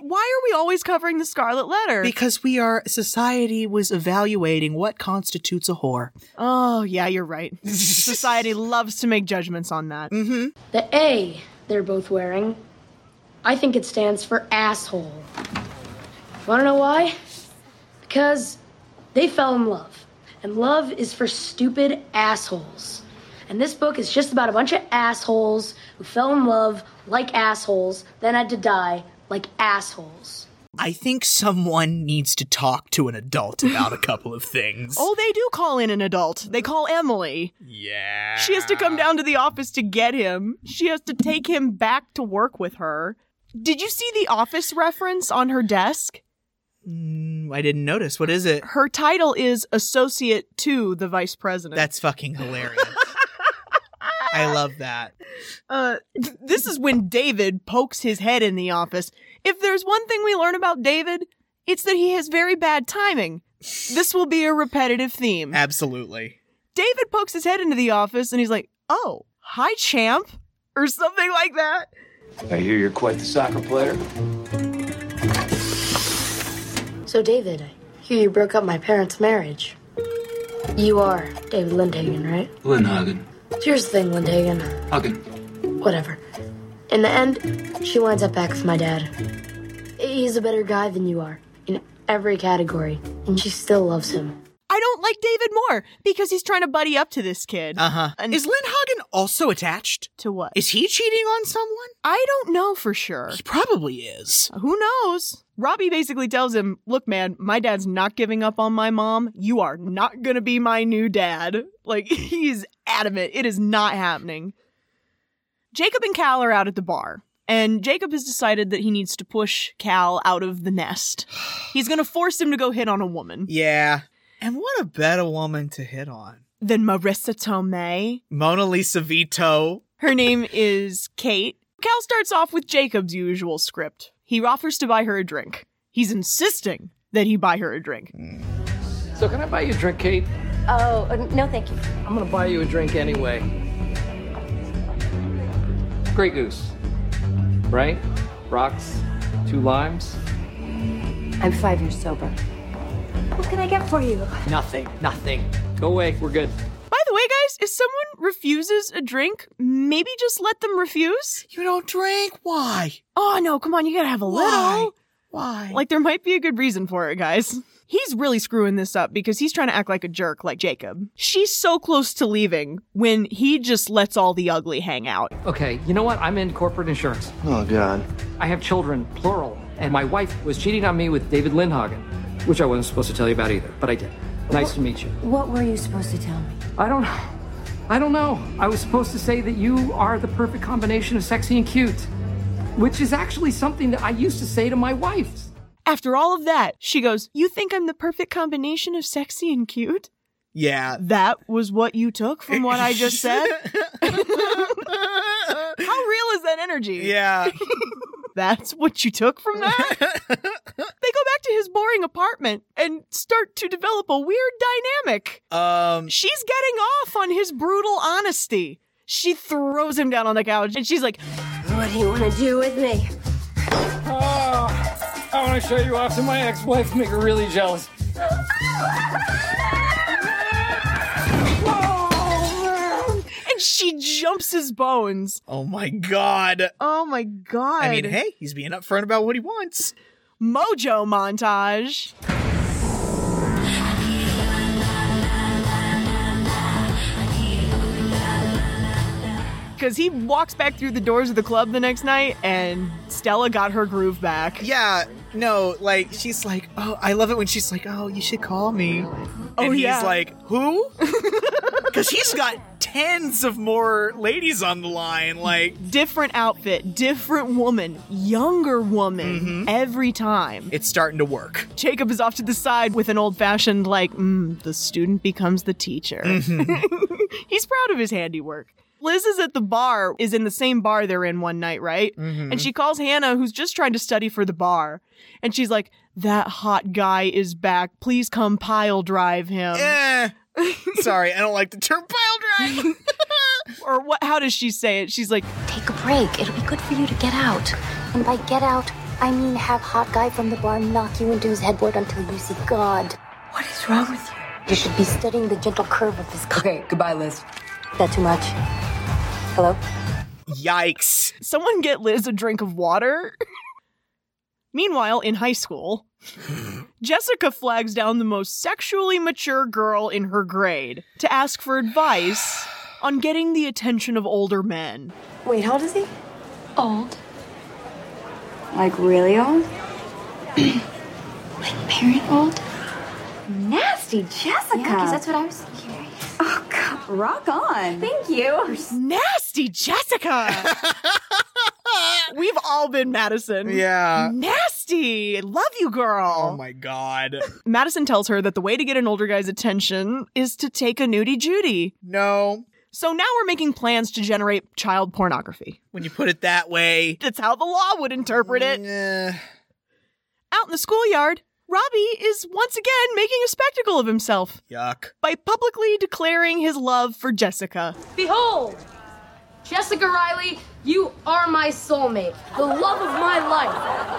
Speaker 1: Why are we always covering the Scarlet Letter?
Speaker 2: Because we are, society was evaluating what constitutes a whore.
Speaker 1: oh, yeah, you're [laughs] right. Society loves to make judgments on that.
Speaker 2: Mm-hmm.
Speaker 7: The A they're both wearing, I think it stands for asshole. Wanna know why? Because they fell in love. And love is for stupid assholes. And this book is just about a bunch of assholes who fell in love like assholes, then had to die like assholes.
Speaker 2: I think someone needs to talk to an adult about a couple of [laughs] things.
Speaker 1: Oh, they do call in an adult. They call Emily.
Speaker 2: Yeah.
Speaker 1: She has to come down to the office to get him. She has to take him back to work with her. Did you see the office reference on her desk?
Speaker 2: Mm, I didn't notice. What is [laughs] it?
Speaker 1: Her title is Associate to the Vice President.
Speaker 2: That's fucking hilarious. I love that.
Speaker 1: uh, th- this is when David pokes his head in the office. If there's one thing we learn about David, it's that he has very bad timing. This will be a repetitive theme.
Speaker 2: Absolutely.
Speaker 1: David pokes his head into the office and he's like, oh, hi, champ, or something like that.
Speaker 5: I hear you're quite the soccer player.
Speaker 7: So, David, I hear you broke up my parents' marriage. You are David Lindhagen, right?
Speaker 14: Lynn Hagen.
Speaker 7: So here's the thing, Lindhagen.
Speaker 14: Hagen.
Speaker 7: whatever. In the end, she winds up back with my dad. He's a better guy than you are in every category, and she still loves him.
Speaker 1: I don't like David more because he's trying to buddy up to this kid.
Speaker 2: Uh huh.
Speaker 1: And-
Speaker 2: Is Lynn Hagen also attached?
Speaker 1: To what?
Speaker 2: Is he cheating on someone?
Speaker 1: I don't know for sure.
Speaker 2: He probably is.
Speaker 1: Who knows? Robbie basically tells him, Look, man, my dad's not giving up on my mom. You are not going to be my new dad. [laughs] Like, he's adamant. It is not happening. Jacob and Cal are out at the bar, and Jacob has decided that he needs to push Cal out of the
Speaker 2: [sighs]
Speaker 1: nest. He's going to force him to go hit on a woman.
Speaker 2: Yeah. And what a better woman to hit on.
Speaker 1: Then Marissa Tomei.
Speaker 2: Mona Lisa Vito.
Speaker 1: Her name is Kate. Cal starts off with Jacob's usual script. He offers to buy her a drink. He's insisting that he buy her a drink.
Speaker 4: So can I buy you a drink, Kate?
Speaker 10: Oh, uh, no, thank you.
Speaker 4: I'm gonna buy you a drink anyway. Grey Goose, right? Rocks, two limes.
Speaker 10: I'm five years sober. What can I get for you?
Speaker 4: Nothing, nothing. Go away. We're good.
Speaker 1: By the way, guys, if someone refuses a drink, maybe just let them refuse.
Speaker 2: You don't drink? Why?
Speaker 1: Oh, no, come on, you gotta have a little.
Speaker 2: Why?
Speaker 1: Like, there might be a good reason for it, guys. He's really screwing this up because he's trying to act like a jerk like Jacob. She's so close to leaving when he just lets all the ugly hang out.
Speaker 4: Okay, you know what? I'm in corporate insurance.
Speaker 6: Oh, God.
Speaker 4: I have children, plural, and my wife was cheating on me with David Lindhagen, which I wasn't supposed to tell you about either, but I did. Nice to meet you.
Speaker 10: What were you supposed to tell me?
Speaker 4: I don't know. I don't know. I was supposed to say that you are the perfect combination of sexy and cute, which is actually something that I used to say to my wife.
Speaker 1: After all of that, she goes, You think I'm the perfect combination of sexy and cute?
Speaker 2: Yeah.
Speaker 1: That was what you took from what I just
Speaker 2: [laughs]
Speaker 1: said? How real is that energy?
Speaker 2: [laughs] Yeah.
Speaker 1: That's what you took from
Speaker 2: [laughs]
Speaker 1: that? they go back to his boring apartment and start to develop a weird dynamic.
Speaker 2: Um,
Speaker 1: She's getting off on his brutal honesty. She throws him down on the couch and she's like,
Speaker 10: What do you want to do with me?
Speaker 4: Oh, I want to show you off to my ex-wife, make her really jealous.
Speaker 1: and she she jumps his bones.
Speaker 2: Oh my god.
Speaker 1: Oh my god.
Speaker 2: I mean, hey, he's being upfront about what he wants.
Speaker 1: Mojo montage. Because he walks back through the doors of the club the next night, and Stella got her groove back.
Speaker 2: Yeah, no, like she's like, oh, I love it when she's like, oh, you should call me. Oh, and
Speaker 1: yeah.
Speaker 2: he's like, [laughs] who? Because he's got tens of more ladies on the line. Like,
Speaker 1: Different outfit, different woman, younger woman every time.
Speaker 2: it's starting to work.
Speaker 1: Jacob is off to the side with an old fashioned, like, mm, the student becomes the teacher. [laughs] He's proud of his handiwork. Liz is at the bar, is in the same bar they're in one night, right?
Speaker 2: Mhm.
Speaker 1: And she calls Hannah, who's just trying to study for the bar. And she's like, That hot guy is back. Please come pile drive him.
Speaker 2: Eh. Sorry, I don't like the term pile drive.
Speaker 1: Or what how does she say it? She's like,
Speaker 10: Take a break. It'll be good for you to get out.
Speaker 9: And by get out, I mean have hot guy from the bar knock you into his headboard until you see God.
Speaker 13: What is wrong with you?
Speaker 9: You should be studying the gentle curve of his curve.
Speaker 13: Okay, goodbye, Liz.
Speaker 9: That too much. Hello?
Speaker 2: [laughs] Yikes.
Speaker 1: Someone get Liz a drink of water. [laughs] Meanwhile, in high
Speaker 2: [laughs]
Speaker 1: school, Jessica flags down the most sexually mature girl in her grade to ask for advice on getting the attention of older men.
Speaker 9: Wait, how old is he?
Speaker 10: Old.
Speaker 9: Like really old?
Speaker 10: Parent old?
Speaker 9: Nasty Jessica.
Speaker 10: Yeah, because that's what I was hearing.
Speaker 9: Oh god, rock on. Thank you.
Speaker 1: Nasty
Speaker 2: [laughs]
Speaker 1: Jessica! We've all been Madison.
Speaker 2: Yeah.
Speaker 1: Nasty! Love you, girl.
Speaker 2: Oh my god.
Speaker 1: Madison tells her that the way to get an older guy's attention is to take a nudie Judy.
Speaker 2: No.
Speaker 1: So now we're making plans to generate child pornography.
Speaker 2: When you put it that way.
Speaker 1: That's how the law would interpret it.
Speaker 2: Eh.
Speaker 1: Out in the schoolyard, Robbie is once again making a spectacle of himself
Speaker 2: Yuck.
Speaker 1: by publicly declaring his love for Jessica.
Speaker 7: Behold, Jessica Riley, you are my soulmate, the love of my life.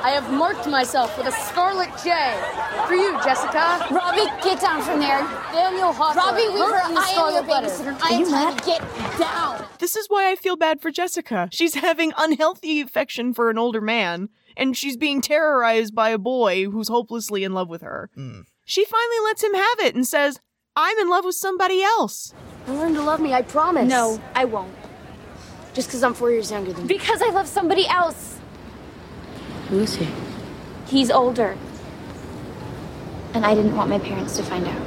Speaker 7: I have marked myself with a scarlet J. For you, Jessica.
Speaker 9: Robbie, get down from there.
Speaker 7: Daniel Hawthorne.
Speaker 9: Robbie Weaver,
Speaker 7: Murphy,
Speaker 9: I am your
Speaker 7: scarlet letter.
Speaker 9: babysitter. I am trying to get down.
Speaker 1: This is why I feel bad for Jessica. She's having unhealthy affection for an older man, and she's being terrorized by a boy who's hopelessly in love with her. She finally lets him have it and says, I'm in love with somebody else.
Speaker 7: Learn to love me, I promise.
Speaker 9: No, I won't.
Speaker 7: Just because I'm four years younger than you.
Speaker 9: Because I love somebody else.
Speaker 7: Who is he?
Speaker 9: He's older.
Speaker 10: And I didn't want my parents to find out.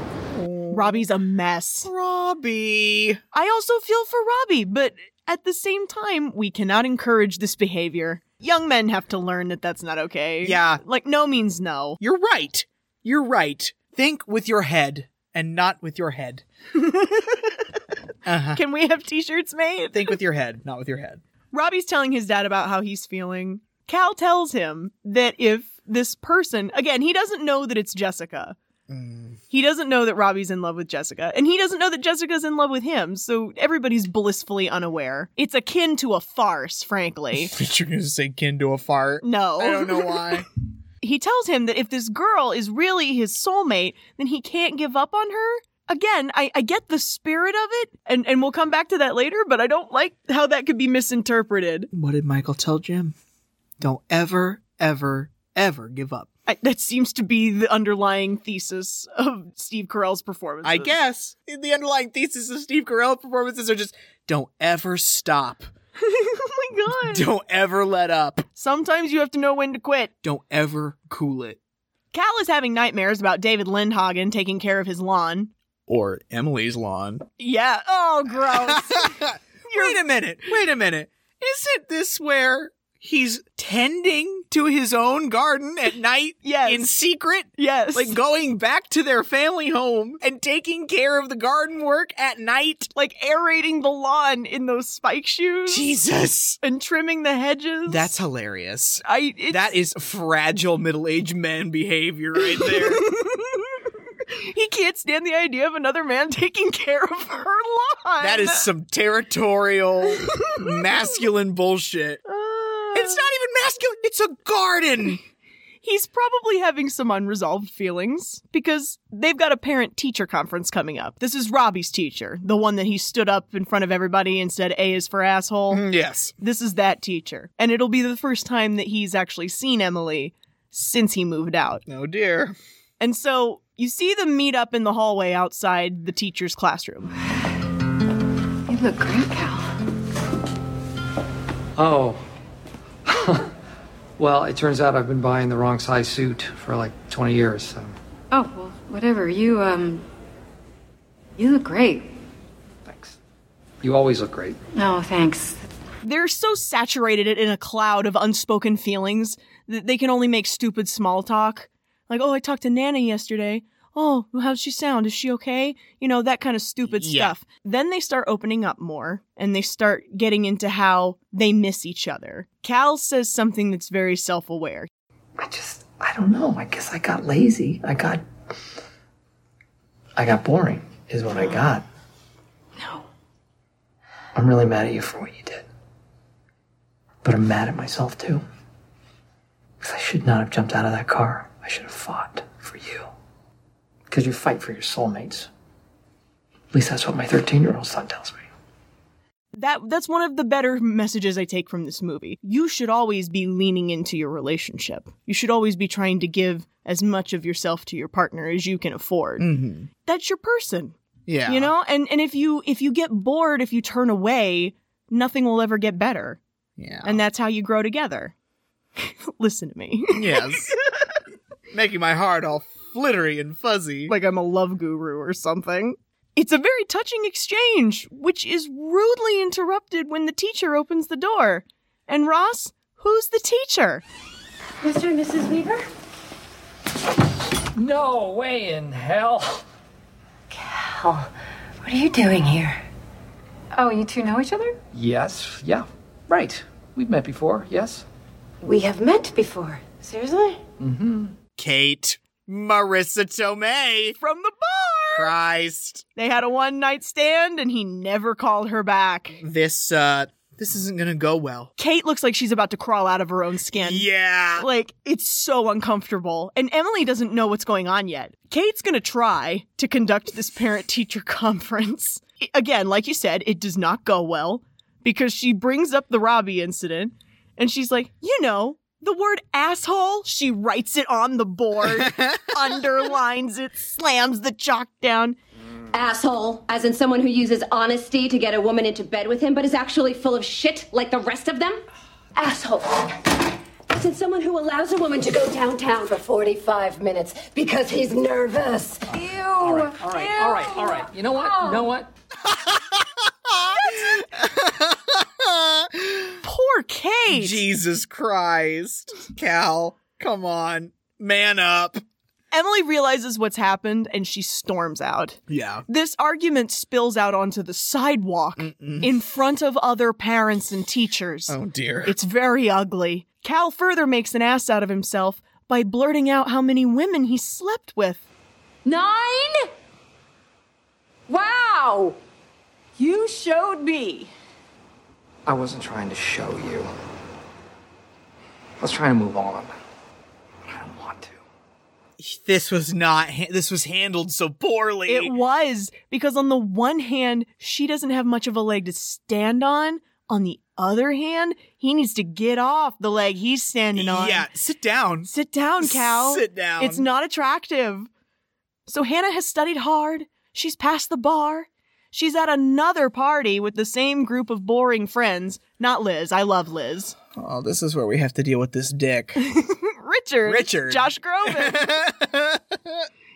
Speaker 1: Robbie's a mess.
Speaker 2: Robbie.
Speaker 1: I also feel for Robbie, but at the same time, we cannot encourage this behavior. Young men have to learn that that's not okay.
Speaker 2: Yeah.
Speaker 1: Like, no means no.
Speaker 2: You're right. You're right. Think with your head and not with your head.
Speaker 1: Can we have t shirts made?
Speaker 2: Think with your head, not with your head. [laughs]
Speaker 1: Robbie's telling his dad about how he's feeling. Cal tells him that if this person, again, he doesn't know that it's Jessica.
Speaker 2: Mm.
Speaker 1: He doesn't know that Robbie's in love with Jessica, and he doesn't know that Jessica's in love with him, so everybody's blissfully unaware. It's akin to a farce,
Speaker 2: [laughs]
Speaker 1: frankly.
Speaker 2: You're gonna say kin to a fart.
Speaker 1: No.
Speaker 2: I don't know why.
Speaker 1: he tells him that if this girl is really his soulmate, then he can't give up on her. Again, I, I get the spirit of it, and, and we'll come back to that later, but I don't like how that could be misinterpreted.
Speaker 2: [laughs] what did Michael tell Jim? Don't ever, ever, ever give up.
Speaker 1: I, that seems to be the underlying thesis of Steve Carell's performance.
Speaker 2: I guess the underlying thesis of Steve Carell performances are just don't ever stop.
Speaker 1: [laughs] oh my god.
Speaker 2: Don't ever let up.
Speaker 1: Sometimes you have to know when to quit.
Speaker 2: Don't ever cool it.
Speaker 1: Cal is having nightmares about David Lindhagen taking care of his lawn.
Speaker 2: Or Emily's lawn.
Speaker 1: Yeah. Oh,
Speaker 2: [laughs]
Speaker 1: gross.
Speaker 2: Wait a minute. Wait a minute. Isn't this where he's tending to his own garden at night
Speaker 1: [laughs] Yes.
Speaker 2: in secret?
Speaker 1: yes.
Speaker 2: Like going back to their family home and taking care of the garden work at night?
Speaker 1: like aerating the lawn in those spike shoes
Speaker 2: Jesus.
Speaker 1: and trimming the hedges.
Speaker 2: That's hilarious.
Speaker 1: I. It's,
Speaker 2: That is fragile middle aged man behavior right
Speaker 1: [laughs]
Speaker 2: there.
Speaker 1: He can't stand the idea of another man [laughs] taking care of her lawn.
Speaker 2: that is some territorial, masculine bullshit.
Speaker 1: Uh,
Speaker 2: It's not even masculine, it's a garden.
Speaker 1: He's probably having some unresolved feelings because they've got a parent teacher conference coming up. This is Robbie's teacher, the one that he stood up in front of everybody and said, A is for asshole.
Speaker 2: Yes.
Speaker 1: This is that teacher. And it'll be the first time that he's actually seen Emily since he moved out.
Speaker 2: Oh, dear.
Speaker 1: And so you see them meet up in the hallway outside the teacher's classroom.
Speaker 13: You look great, Cal.
Speaker 4: Oh. [laughs] well, it turns out I've been buying the wrong size suit for like 20 years. So.
Speaker 13: Oh, well, whatever. You, um. You look great.
Speaker 4: You always look great.
Speaker 13: No, thanks.
Speaker 1: They're so saturated in a cloud of unspoken feelings that they can only make stupid small talk. Like, oh, I talked to Nana yesterday. Oh, how's she sound? Is she okay? You know, that kind of stupid
Speaker 2: Yeah.
Speaker 1: stuff. Then they start opening up more and they start getting into how they miss each other. Cal says something that's very self aware.
Speaker 14: I don't know. I guess I got lazy. I got. I got boring, is what I got. No. I'm really mad at you for what you did. But I'm mad at myself too. Because I should not have jumped out of that car. I should have fought for you. Because you fight for your soulmates. At least that's what my 13 year old son tells me.
Speaker 1: That that's one of the better messages I take from this movie. You should always be leaning into your relationship. You should always be trying to give as much of yourself to your partner as you can afford.
Speaker 2: Mm-hmm.
Speaker 1: That's your person.
Speaker 2: Yeah.
Speaker 1: You know, and and if you if you get bored, if you turn away, nothing will ever get better.
Speaker 2: Yeah.
Speaker 1: And that's how you grow together. [laughs] Listen to me. [laughs]
Speaker 2: [laughs] Yes. Making my heart all flittery and fuzzy.
Speaker 1: like I'm a love guru or something. It's a very touching exchange, which is rudely interrupted when the teacher opens the door. And Ross, who's the teacher?
Speaker 7: Mr. and Mrs. Weaver?
Speaker 4: No way in hell.
Speaker 13: Cal, what are you doing here? Oh, you two know each other?
Speaker 4: Yes, yeah, right. We've met before, yes?
Speaker 13: We have met before. Seriously?
Speaker 4: Mm-hmm.
Speaker 2: Kate. Marissa Tomei.
Speaker 1: From the bar!
Speaker 2: Christ.
Speaker 1: They had a one night stand and he never called her back.
Speaker 2: This, uh, this isn't gonna go well.
Speaker 1: Kate looks like she's about to crawl out of her own skin.
Speaker 2: Yeah.
Speaker 1: Like, it's so uncomfortable. And Emily doesn't know what's going on yet. Kate's gonna try to conduct this parent teacher [laughs] conference. I- Again, like you said, it does not go well because she brings up the Robbie incident and she's like, you know, the word asshole, she writes it on the board, underlines it, slams the chalk down.
Speaker 15: Asshole, as in someone who uses honesty to get a woman into bed with him, but is actually full of shit like the rest of them? Asshole. As in someone who allows a woman to go downtown for 45 minutes because he's nervous. Ew. All right, all right, all right, all right.
Speaker 4: You know what? You know what?
Speaker 1: Poor Kate.
Speaker 2: Jesus Christ. Cal, come on. Man up.
Speaker 1: Emily realizes what's happened and she storms out.
Speaker 2: Yeah.
Speaker 1: This argument spills out onto the sidewalk in front of other parents and teachers.
Speaker 2: Oh, dear.
Speaker 1: It's very ugly. Cal further makes an ass out of himself by blurting out how many women he slept with.
Speaker 16: Nine? Wow! You showed me.
Speaker 4: I wasn't trying to show you. I was trying to move on.
Speaker 2: This was not, ha- this was handled so poorly.
Speaker 1: It was because on the one hand, she doesn't have much of a leg to stand on. On the other hand, he needs to get off the leg he's standing on.
Speaker 2: Yeah, sit down.
Speaker 1: Sit down, Cal.
Speaker 2: Sit down.
Speaker 1: It's not attractive. So Hannah has studied hard. She's passed the bar. She's at another party with the same group of boring friends. Not Liz. I love Liz. [laughs]
Speaker 2: Oh, this is where we have to deal with this [laughs] dick.
Speaker 1: Richard.
Speaker 2: Richard.
Speaker 1: Josh
Speaker 2: [laughs]
Speaker 1: Groban.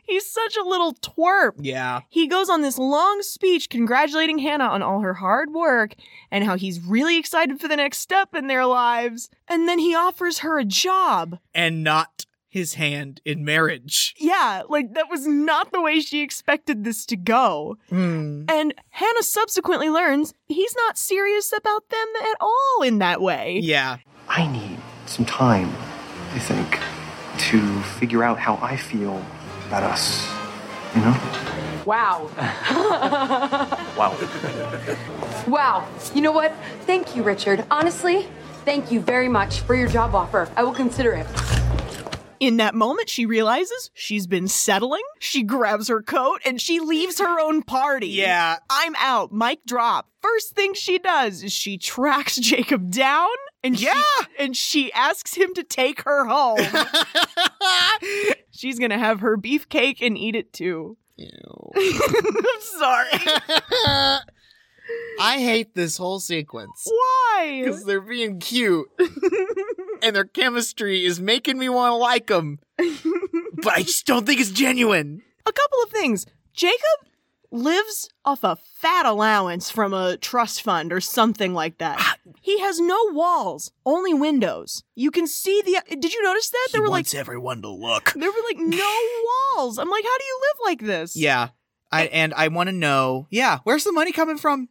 Speaker 1: He's such a little twerp.
Speaker 2: yeah.
Speaker 1: He goes on this long speech congratulating Hannah on all her hard work and how he's really excited for the next step in their lives. And then he offers her a job.
Speaker 2: And not his hand in marriage.
Speaker 1: Yeah, like that was not the way she expected this to go.
Speaker 2: Hmm.
Speaker 1: And Hannah subsequently learns he's not serious about them at all in that way.
Speaker 2: Yeah.
Speaker 11: I need some time, I think, to figure out how I feel about us. You know?
Speaker 16: Wow.
Speaker 11: Wow.
Speaker 16: wow. You know what? Thank you, Richard. Honestly, thank you very much for your job offer. I will consider it.
Speaker 1: In that moment, she realizes she's been settling. She grabs her coat and she leaves her own party.
Speaker 2: Yeah.
Speaker 1: I'm out. Mic drop. First thing she does is she tracks [laughs] Jacob down and yeah. and she asks him to take her
Speaker 2: [laughs]
Speaker 1: home. she's going to have her beefcake and eat it too. I'm
Speaker 17: [laughs]
Speaker 1: sorry.
Speaker 17: I hate this whole sequence.
Speaker 1: Why?
Speaker 17: Because they're being [laughs] cute, and their chemistry is making me want to like [laughs] them, but I just don't think it's genuine.
Speaker 1: a couple of things. Jacob lives off a fat allowance from a trust fund or something like
Speaker 17: Ah.
Speaker 1: that. he has no walls, only windows. You can see the. Did you notice that? there were like
Speaker 2: wants everyone to look.
Speaker 1: there were like no
Speaker 17: [laughs]
Speaker 1: walls. I'm like, how do you live like this?
Speaker 2: Yeah. I, and I want to know. Yeah, where's the money coming from?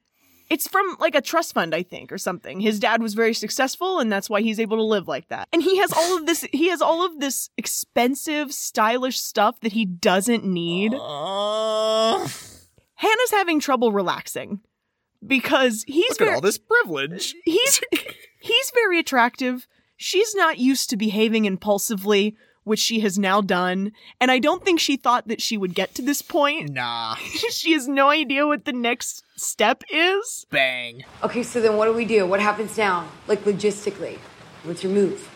Speaker 1: It's from like a trust fund, I think, or something. His dad was very successful, and that's why he's able to live like that. And he has all of this. He has all of this expensive, stylish stuff that he
Speaker 17: [gasps]
Speaker 1: doesn't need.
Speaker 17: Uh,
Speaker 1: Hannah's having trouble relaxing because he's
Speaker 17: Look at
Speaker 1: ver-
Speaker 17: all this privilege.
Speaker 1: He's he's very attractive. She's not used to behaving impulsively, which she has now done, and I don't think she thought that she would get to this point.
Speaker 17: Nah.
Speaker 1: [laughs] she has no idea what the next step is.
Speaker 17: Bang.
Speaker 18: Okay, so then what do we do? What happens now? Like logistically? What's your move?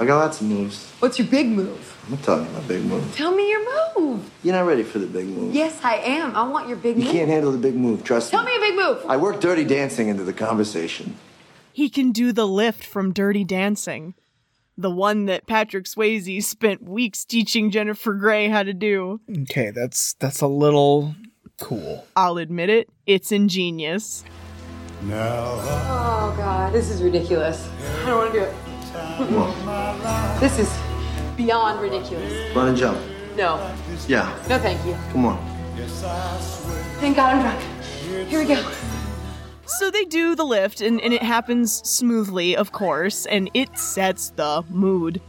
Speaker 6: I got lots of moves.
Speaker 18: What's your big move?
Speaker 6: I'm not talking about big moves.
Speaker 18: Tell me your move.
Speaker 6: You're not ready for the big move.
Speaker 18: Yes, I am. I want your big
Speaker 6: You
Speaker 18: move.
Speaker 6: can't handle the big move, trust
Speaker 18: Tell me a big move.
Speaker 6: I work dirty dancing into the conversation.
Speaker 1: He can do the lift from Dirty Dancing, the one that Patrick Swayze spent weeks teaching Jennifer Grey how to do.
Speaker 2: Okay, that's that's a little cool.
Speaker 1: I'll admit it, it's ingenious.
Speaker 12: Now
Speaker 18: Oh god, this is ridiculous. I don't want to do it. Mm-mm. This is beyond ridiculous.
Speaker 6: Run and jump.
Speaker 18: No,
Speaker 6: Yeah.
Speaker 18: no, thank you.
Speaker 6: Come on.
Speaker 18: Thank God I'm drunk. Here we go.
Speaker 1: So they do the lift, and, and it happens smoothly, of course, and it sets the mood.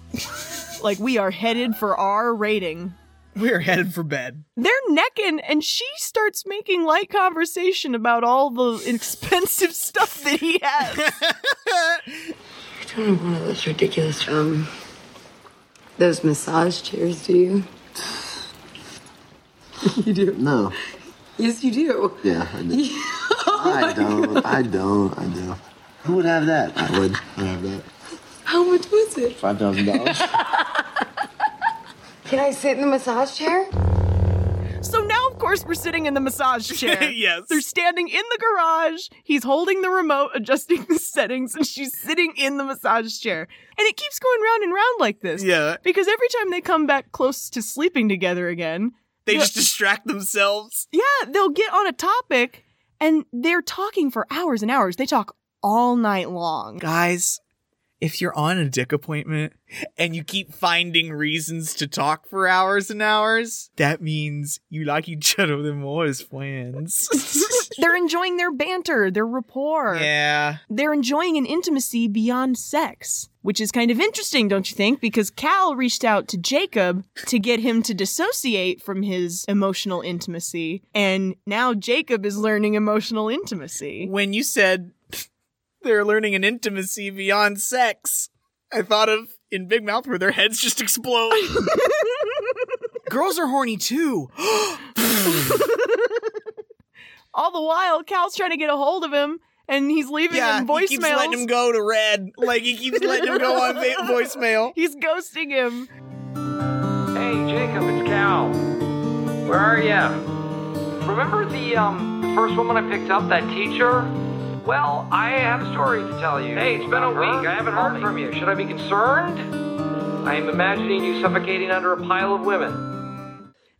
Speaker 1: like, we are headed for our rating.
Speaker 2: We're headed for bed.
Speaker 1: They're necking, and she starts making light conversation about all the expensive stuff that he has.
Speaker 18: I don't have one
Speaker 6: Mm-hmm.
Speaker 18: of those ridiculous um those massage chairs, do you? [laughs] you do.
Speaker 6: No.
Speaker 18: Yes, you do.
Speaker 6: Yeah, I
Speaker 18: [laughs]
Speaker 6: do. I don't. I don't. I do. Who would have that? I would. I have that.
Speaker 18: How much was it?
Speaker 6: Five thousand dollars.
Speaker 18: [laughs] Can I sit in the massage chair?
Speaker 1: so now, of course, we're sitting in the massage
Speaker 17: [laughs]
Speaker 1: chair.
Speaker 2: Yes.
Speaker 1: They're standing in the garage. He's holding the remote, adjusting the settings, and she's sitting in the massage chair. And it keeps going round and round like this.
Speaker 17: Yeah.
Speaker 1: Because every time they come back close to sleeping together again,
Speaker 17: They
Speaker 1: they'll-
Speaker 17: just distract themselves.
Speaker 1: yeah, they'll get on a topic and they're talking for hours and hours. They talk all night
Speaker 2: [laughs]
Speaker 1: long.
Speaker 2: Guys, if you're on a dick appointment and you keep finding reasons to talk for hours and hours, that means you like each other more
Speaker 1: [laughs]
Speaker 2: as friends.
Speaker 1: they're enjoying their banter, their rapport.
Speaker 2: yeah.
Speaker 1: They're enjoying an intimacy beyond sex, which is kind of interesting, don't you think? Because Cal reached out to Jacob to get him to dissociate from his emotional intimacy, and now Jacob is learning emotional intimacy.
Speaker 2: When you said they're learning an intimacy beyond sex, I thought of in Big Mouth where their heads
Speaker 1: [laughs]
Speaker 2: just explode. Girls are horny too.
Speaker 1: All the while, Cal's trying to get a hold of him, [gasps] and he's leaving
Speaker 2: yeah,
Speaker 1: him
Speaker 2: he
Speaker 1: voicemails.
Speaker 2: keeps letting him go to red. Like he keeps letting him go on
Speaker 1: [laughs]
Speaker 2: va- voicemail.
Speaker 1: He's ghosting him.
Speaker 4: Hey, Jacob, it's Cal. Where are ya? Remember the um the first woman I picked up, that teacher? Well, I have a story to tell you. Hey, it's been a week. I haven't heard from you. Should I be concerned? I am imagining you suffocating under a pile of women.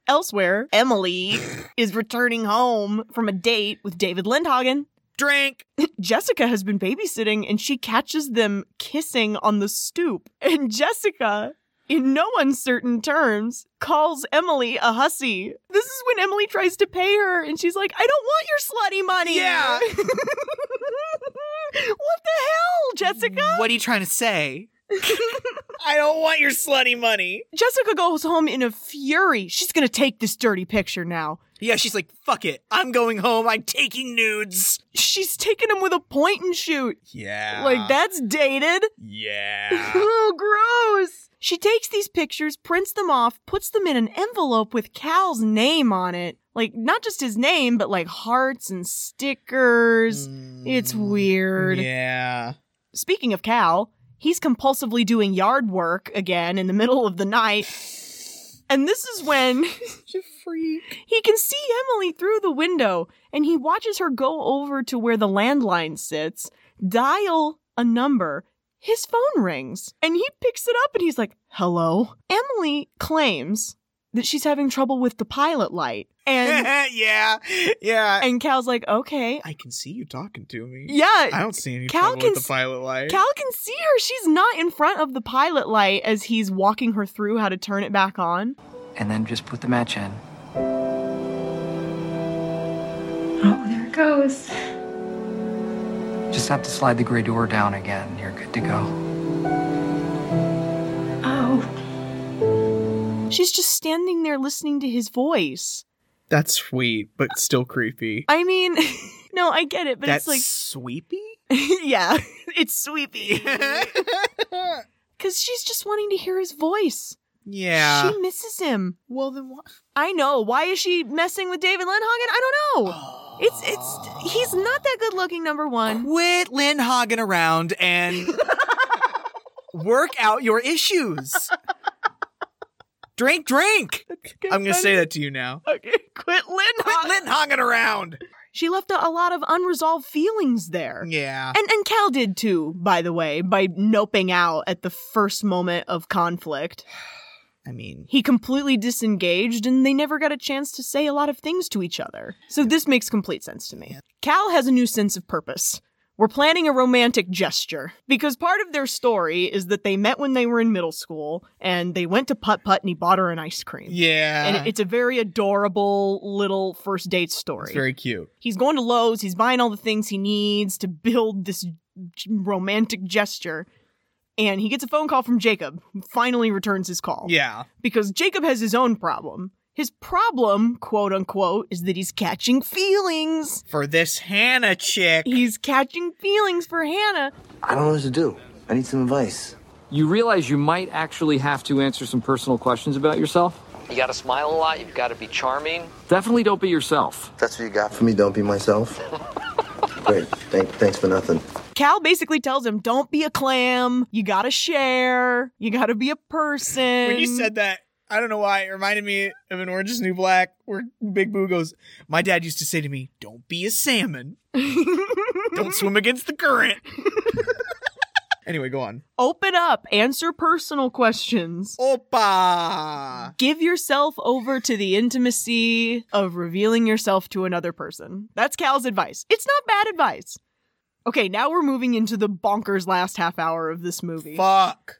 Speaker 1: Elsewhere, Emily [laughs] is returning home from a date with David Lindhagen.
Speaker 2: Drink.
Speaker 1: Jessica has been babysitting and she catches them kissing on the stoop. And Jessica, in no uncertain terms, calls Emily a hussy. This is when Emily tries to pay her and she's like, I don't want your slutty money.
Speaker 2: Yeah.
Speaker 1: [laughs] what the hell, Jessica?
Speaker 2: What are you trying to say? [laughs] I don't want your slutty money.
Speaker 1: Jessica goes home in a fury. She's going to take this dirty picture now.
Speaker 2: Yeah, she's like, fuck it. I'm going home. I'm taking nudes.
Speaker 1: She's taking him with a point and shoot.
Speaker 2: Yeah.
Speaker 1: Like, that's dated. [laughs]
Speaker 2: Yeah.
Speaker 1: oh, gross. She takes these pictures, prints them off, puts them in an envelope with Cal's name on it. Like, not just his name, but like hearts and stickers. it's weird.
Speaker 2: Yeah.
Speaker 1: Speaking of Cal, he's compulsively doing yard work again in the middle of the night. And this is when he can see Emily through the window and he watches her go over to where the landline sits, dial a number. His phone rings and he picks it up and he's like, hello. Emily claims that she's having trouble with the pilot light.
Speaker 2: [laughs]
Speaker 1: And
Speaker 2: [laughs] yeah, yeah.
Speaker 1: And Cal's like, okay.
Speaker 2: I can see you talking to me.
Speaker 1: Yeah.
Speaker 2: I don't see any
Speaker 1: Cal
Speaker 2: trouble
Speaker 1: can
Speaker 2: with the
Speaker 1: s-
Speaker 2: pilot light.
Speaker 1: Cal can see her. She's not in front of the pilot light as he's walking her through how to turn it back on.
Speaker 14: And then just put the match in.
Speaker 13: Oh, there it goes.
Speaker 14: Just have to slide the gray door down again. You're good to go.
Speaker 13: Oh.
Speaker 1: She's just standing there listening to his voice.
Speaker 2: That's sweet, but still creepy.
Speaker 1: I mean, [laughs] no, I get it, but
Speaker 2: That's
Speaker 1: it's [laughs]
Speaker 2: sweepy?
Speaker 1: like, yeah, it's sweepy. Because she's just wanting to hear his voice.
Speaker 2: Yeah.
Speaker 1: She misses him.
Speaker 2: Well, then what?
Speaker 1: I know. Why is she messing with David Lindhagen? I don't know. It's, it's, he's not that good looking, number one.
Speaker 2: Quit Lynn Hagen around and
Speaker 1: [laughs]
Speaker 2: work out your issues. Drink, drink. I'm going to say that to you now.
Speaker 1: Okay, quit Lindhagen.
Speaker 2: Quit Lynn Hagen around.
Speaker 1: She left a, a lot of unresolved feelings there.
Speaker 2: Yeah.
Speaker 1: And and Cal did too, by the way, by noping out at the first moment of conflict.
Speaker 2: I mean,
Speaker 1: He completely disengaged and they never got a chance to say a lot of things to each other. So this makes complete sense to me. Cal has a new sense of purpose. We're planning a romantic gesture because part of their story is that they met when they were in middle school and they went to putt putt and he bought her an ice cream.
Speaker 2: yeah.
Speaker 1: And it's a very adorable little first date story.
Speaker 2: It's very cute.
Speaker 1: He's going to Lowe's. He's buying all the things he needs to build this j- romantic gesture. And he gets a phone call from Jacob, who finally returns his call.
Speaker 2: Yeah.
Speaker 1: Because Jacob has his own problem. His problem, quote unquote, is that he's catching feelings.
Speaker 2: For this Hannah chick.
Speaker 1: He's catching feelings for Hannah.
Speaker 6: I don't know what to do. I need some advice.
Speaker 19: You realize you might actually have to answer some personal questions about yourself?
Speaker 20: You gotta smile a lot, you've gotta be charming.
Speaker 19: Definitely don't be yourself.
Speaker 6: That's what you got for me. Don't be [laughs] myself. Great. Thank, thanks for nothing.
Speaker 1: Cal basically tells him, don't be a clam. You gotta share. You gotta be a person.
Speaker 2: When you said that, I don't know why, it reminded me of an Orange is the New Black where Big Boo goes, My dad used to say to me, Don't be
Speaker 1: [laughs]
Speaker 2: a salmon. don't swim against the current. anyway, go on.
Speaker 1: Open up, answer personal questions.
Speaker 2: Opa!
Speaker 1: Give yourself over to the intimacy of revealing yourself to another person. That's Cal's advice. It's not bad advice. Okay, now we're moving into the bonkers last half hour of this movie.
Speaker 2: [laughs] Fuck.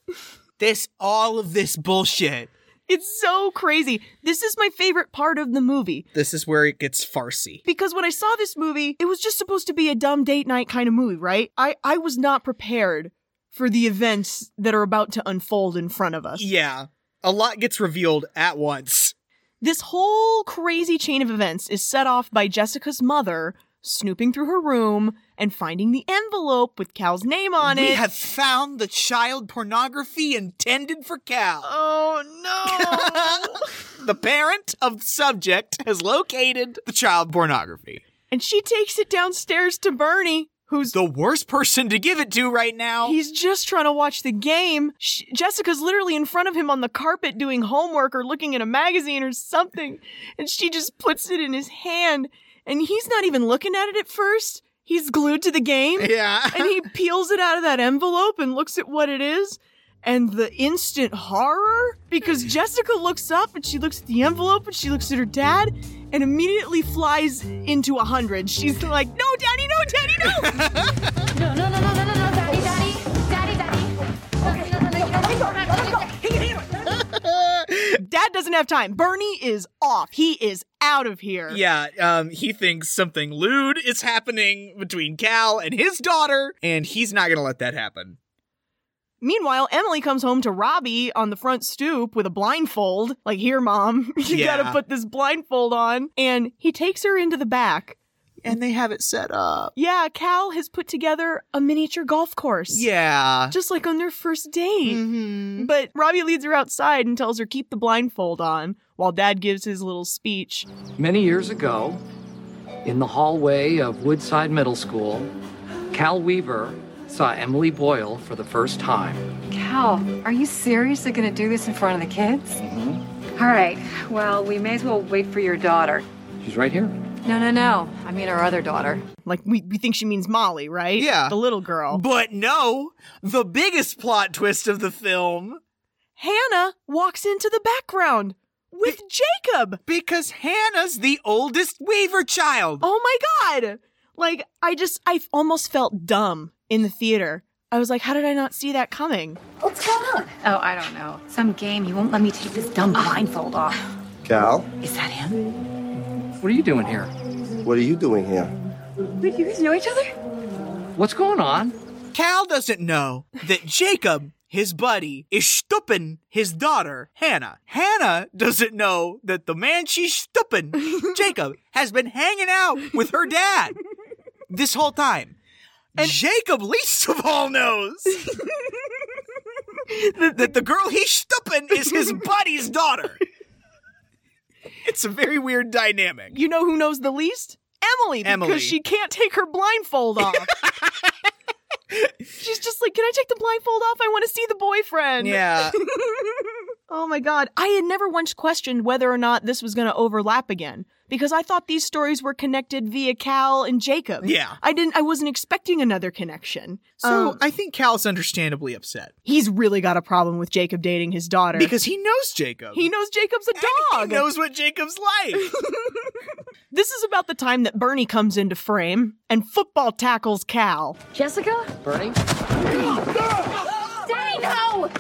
Speaker 2: This, all of this bullshit.
Speaker 1: It's so crazy. This is my favorite part of the movie.
Speaker 2: This is where it gets farcy.
Speaker 1: Because when I saw this movie, it was just supposed to be a dumb date night kind of movie, right? I, I was not prepared for the events that are about to unfold in front of us.
Speaker 2: Yeah. A lot gets revealed at once.
Speaker 1: This whole crazy chain of events is set off by Jessica's mother snooping through her room and finding the envelope with Cal's name on
Speaker 2: we
Speaker 1: it.
Speaker 2: have found the child pornography intended for Cal.
Speaker 1: Oh
Speaker 2: no! the parent of the subject has located the child pornography.
Speaker 1: [laughs] and she takes it downstairs to Bernie, who's
Speaker 2: the worst person to give it to right now.
Speaker 1: He's just trying to watch the game. Sh Jessica's literally in front of him on the carpet doing homework or looking at a magazine or something, and she just puts it in his hand, and he's not even looking at it at first. He's glued to the game.
Speaker 2: [laughs] Yeah.
Speaker 1: and he peels it out of that envelope and looks at what it is. And the instant horror because Jessica looks up and she looks at the envelope and she looks at her dad and immediately flies into a hundred. She's like, No, daddy, no, daddy, no.
Speaker 9: No, no, no, no, no, no, no, daddy, daddy, daddy, daddy.
Speaker 1: [laughs] Dad doesn't have time. Bernie is off. He is out of here.
Speaker 2: [laughs] Yeah, um, he thinks something lewd is happening between Cal and his daughter, and he's not gonna let that happen.
Speaker 1: Meanwhile, Emily comes home to Robbie on the front stoop with a blindfold. Like, here, mom, [laughs] you
Speaker 2: Yeah.
Speaker 1: gotta put this blindfold on. And he takes her into the back.
Speaker 2: And they have it set up.
Speaker 1: Yeah, Cal has put together a miniature golf course.
Speaker 2: Yeah.
Speaker 1: Just like on their first date.
Speaker 2: Mm-hmm.
Speaker 1: But Robbie leads her outside and tells her, keep the blindfold on while dad gives his little speech.
Speaker 19: Many years ago, in the hallway of Woodside Middle School, Cal Weaver saw Emily Boyle for the first time.
Speaker 13: Cal, Oh, are you seriously going to do this in front of the kids? Mm-hmm. right. Well, we may as well wait for your daughter.
Speaker 19: She's right here.
Speaker 13: No, no, no. I mean our other daughter.
Speaker 1: Like, we, we think she means Molly, right?
Speaker 2: Yeah.
Speaker 1: The little girl.
Speaker 2: But no, the biggest plot twist of the film
Speaker 1: Hannah walks into the background with Jacob.
Speaker 2: Because Hannah's the oldest Weaver child.
Speaker 1: Oh my God. Like, I just, I almost felt dumb in the theater. I was like, how did I not see that coming?
Speaker 13: What's going on? Oh, I don't know. Some game. He won't let me take this dumb blindfold off.
Speaker 6: Cal,
Speaker 13: Is that him?
Speaker 19: What are you doing here?
Speaker 6: what are you doing here?
Speaker 13: Wait, you guys know each other?
Speaker 19: What's going on?
Speaker 2: Cal doesn't know that Jacob, his buddy, is stupping his daughter, Hannah. Hannah doesn't know that the man she's stupping, Jacob, has been hanging out with her dad this whole time. And Jacob least of all knows that the girl he's stupping is his buddy's daughter. It's a very weird dynamic.
Speaker 1: You know who knows the least? Emily, because
Speaker 2: Emily.
Speaker 1: she can't take her blindfold off.
Speaker 2: [laughs]
Speaker 1: She's just like, can I take the blindfold off? I want to see the boyfriend.
Speaker 2: Yeah.
Speaker 1: oh my God. I had never once questioned whether or not this was going to overlap again because I thought these stories were connected via Cal and Jacob.
Speaker 2: Yeah.
Speaker 1: I didn't, I wasn't expecting another connection.
Speaker 2: So
Speaker 1: Um,
Speaker 2: I think Cal's understandably upset
Speaker 1: he's really got a problem with Jacob dating his daughter
Speaker 2: because he knows Jacob.
Speaker 1: he knows Jacob's a dog.
Speaker 2: He knows what Jacob's
Speaker 1: [laughs]
Speaker 2: like.
Speaker 1: This is about the time that Bernie comes into frame and football tackles Cal.
Speaker 9: Jessica?
Speaker 19: Bernie?
Speaker 9: Dino!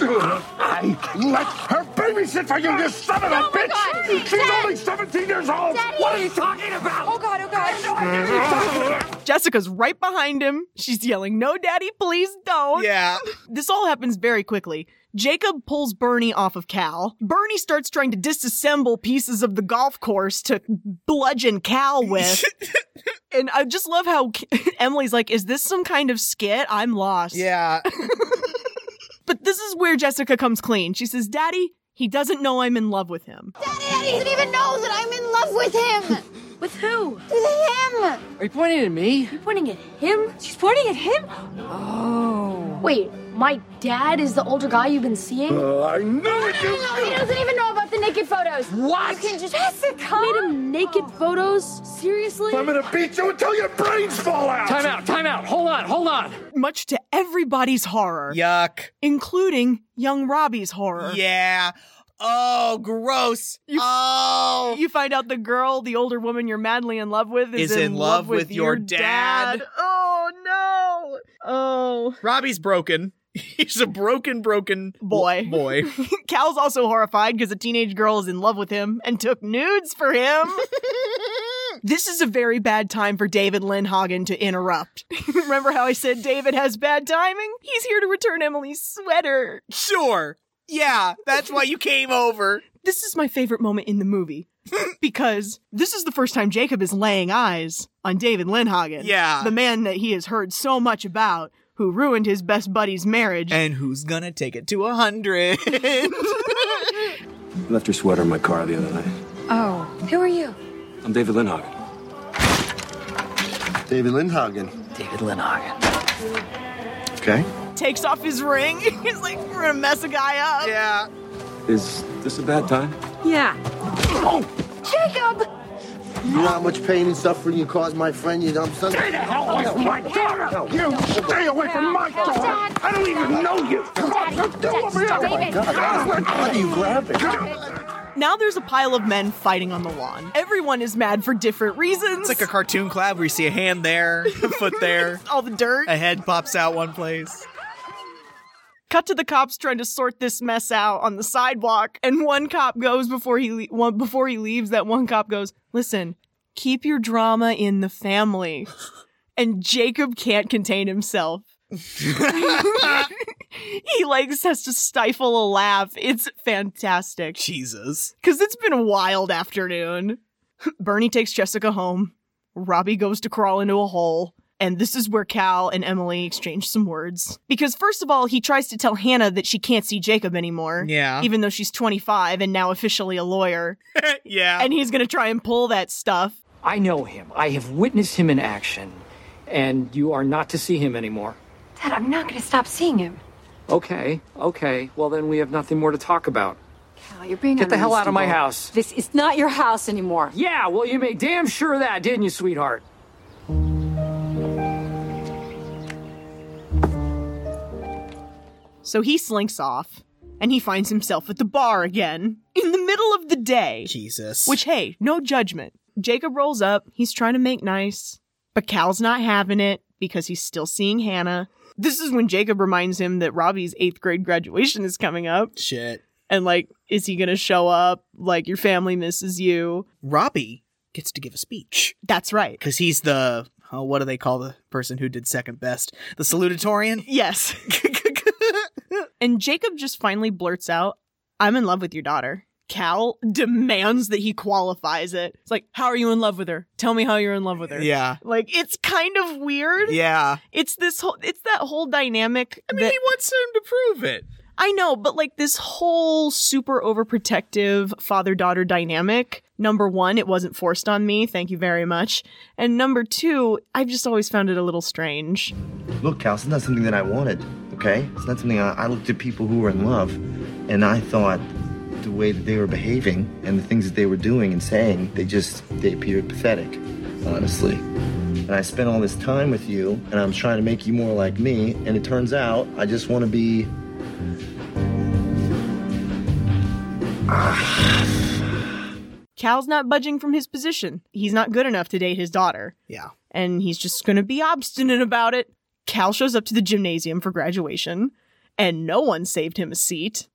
Speaker 21: I let her babysit for you, you son of a
Speaker 9: Oh my
Speaker 21: bitch!
Speaker 9: God.
Speaker 21: She's
Speaker 9: Dad.
Speaker 21: only 17 years old!
Speaker 9: Daddy.
Speaker 21: What are you talking about?
Speaker 9: Oh god, oh
Speaker 21: god!
Speaker 1: Jessica's right behind him. She's yelling, No, daddy, please don't.
Speaker 2: Yeah.
Speaker 1: This all happens very quickly. Jacob pulls Bernie off of Cal. Bernie starts trying to disassemble pieces of the golf course to bludgeon Cal
Speaker 2: [laughs]
Speaker 1: with. and I just love how [laughs] Emily's like, Is this some kind of skit? I'm lost.
Speaker 2: Yeah.
Speaker 1: But this is where Jessica comes clean. She says, Daddy, he doesn't know I'm in love with him.
Speaker 9: Daddy doesn't even know that I'm in love with him! with who? With him!
Speaker 19: Are you pointing at me?
Speaker 7: You're pointing at him?
Speaker 9: She's pointing at him?
Speaker 7: Oh. Wait, my dad is the older guy you've been seeing?
Speaker 21: Oh, I know it, you
Speaker 7: He doesn't even know about the naked photos. What? You can just Jessica made him naked photos. Seriously?
Speaker 21: I'm gonna beat you until your brains fall out!
Speaker 19: Time out, time out. Hold on, hold on.
Speaker 1: Much to everybody's horror,
Speaker 2: Yuck.
Speaker 1: including young Robbie's horror.
Speaker 2: Yeah. Oh, gross. oh.
Speaker 1: You find out the girl, the older woman you're madly in love with, is,
Speaker 2: Is in love with your dad.
Speaker 1: Oh no. Oh.
Speaker 2: Robbie's broken. He's a broken, broken
Speaker 1: Boy.
Speaker 2: Boy.
Speaker 1: [laughs] [laughs] Cal's also horrified because a teenage girl is in love with him and took nudes for him. this is a very bad time for David Lynn Hagen to interrupt. [laughs] Remember how I said David has bad timing? He's here to return Emily's sweater.
Speaker 2: sure. Yeah, that's why you came over.
Speaker 1: This is my favorite moment in the movie [laughs] because this is the first time Jacob is laying eyes on David Lindhagen.
Speaker 2: Yeah.
Speaker 1: The man that he has heard so much about who ruined his best buddy's marriage.
Speaker 2: And who's gonna take it to a hundred? [laughs]
Speaker 5: Left your sweater in my car the other night.
Speaker 13: Oh, who are you?
Speaker 5: I'm David Linhagen.
Speaker 6: David Lindhagen.
Speaker 19: David Linhagen.
Speaker 6: Okay.
Speaker 1: takes off his ring. [laughs] He's like, we're gonna mess a guy up.
Speaker 2: Yeah.
Speaker 5: Is this a bad time?
Speaker 13: Yeah.
Speaker 6: Oh,
Speaker 9: Jacob!
Speaker 6: you know how much pain and suffering you caused my friend, you dumb son?
Speaker 21: Stay the hell away from my daughter! You stay away from my daughter! I don't even know you! Come on, don't do it!
Speaker 6: Oh my god, how do you grab it?
Speaker 1: Now there's a pile of men fighting on the lawn. Everyone is mad for different reasons.
Speaker 2: it's like a cartoon collab where you see a hand there, a foot there,
Speaker 1: [laughs] all the dirt.
Speaker 2: a head pops out one place.
Speaker 1: Cut to the cops trying to sort this mess out on the sidewalk, and one cop goes before he le- one, before he leaves. That one cop goes, "Listen, keep your drama in the family." And Jacob can't contain himself. [laughs] he Legs has to stifle a laugh. It's fantastic.
Speaker 2: Jesus.
Speaker 1: Because it's been a wild afternoon. [laughs] Bernie takes Jessica home. Robbie goes to crawl into a hole. And this is where Cal and Emily exchange some words. Because, first of all, he tries to tell Hannah that she can't see Jacob anymore.
Speaker 2: Yeah.
Speaker 1: Even though she's 25 and now officially a lawyer.
Speaker 2: yeah.
Speaker 1: And he's going to try and pull that stuff.
Speaker 4: I know him. I have witnessed him in action, and you are not to see him anymore.
Speaker 3: Dad, I'm not going to stop seeing him.
Speaker 4: Okay, okay. Well, then we have nothing more to talk about.
Speaker 3: Cal, you're being
Speaker 4: Get the hell out of my
Speaker 3: unreasonable.
Speaker 4: house.
Speaker 3: This is not your house anymore.
Speaker 4: Yeah, well, you made damn sure of that, didn't you, sweetheart?
Speaker 1: So he slinks off, and he finds himself at the bar again in the middle of the day.
Speaker 2: Jesus.
Speaker 1: Which, hey, no judgment. Jacob rolls up, he's trying to make nice, but Cal's not having it because he's still seeing Hannah. This is when Jacob reminds him that Robbie's eighth grade graduation is coming up.
Speaker 2: Shit.
Speaker 1: And, like, is he going to show up? Like, your family misses you.
Speaker 2: Robbie gets to give a speech.
Speaker 1: That's
Speaker 2: [laughs]
Speaker 1: right.
Speaker 2: Because he's the, oh, what do they call the person who did second best? The [laughs] salutatorian?
Speaker 1: Yes. [laughs] and Jacob just finally blurts out, I'm in love with your daughter. Cal demands that he qualifies it. It's like, how are you in love with her? Tell me how you're in love with her.
Speaker 2: Yeah.
Speaker 1: Like, it's kind of weird.
Speaker 2: Yeah.
Speaker 1: It's this whole, it's that whole dynamic. I mean,
Speaker 2: he wants him to prove it.
Speaker 1: I know, but like this whole super overprotective father daughter dynamic. Number one, it wasn't forced on me. Thank you very much. And number two, I've just always found it a little strange.
Speaker 6: Look, Cal, it's not something that I wanted, okay? It's not something I, I looked at people who were in love and I thought the way that they were behaving and the things that they were doing and saying, they just, they appeared pathetic, honestly. And I spent all this time with you and I'm trying to make you more like me and it turns out I just want to be.
Speaker 1: Cal's not budging from his position. He's not good enough to date his daughter.
Speaker 2: Yeah.
Speaker 1: And he's just going to be obstinate about it. Cal shows up to the gymnasium for graduation, and no one saved him a seat.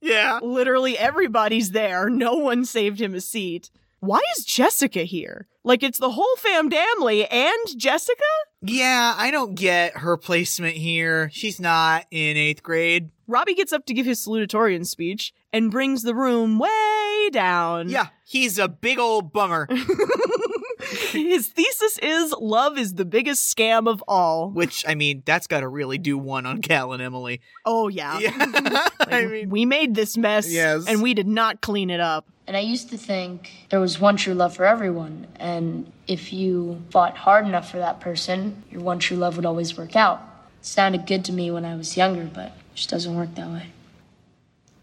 Speaker 2: yeah.
Speaker 1: Literally everybody's there. No one saved him a seat. Why is Jessica here? Like, it's the whole fam damly and Jessica?
Speaker 2: Yeah, I don't get her placement here. She's not in eighth grade.
Speaker 1: Robbie gets up to give his salutatorian speech and brings the room way down.
Speaker 2: Yeah, he's a big old bummer.
Speaker 1: [laughs]
Speaker 2: [laughs]
Speaker 1: His thesis is love is the biggest scam of all.
Speaker 2: Which, I mean, that's got to really do one on Cal and Emily.
Speaker 1: Oh yeah. [laughs] Like, we made this mess
Speaker 2: Yes.
Speaker 1: and we did not clean it up.
Speaker 5: And I used to think there was one true love for everyone, and if you fought hard enough for that person, your one true love would always work out. It sounded good to me when I was younger, but it just doesn't work that way.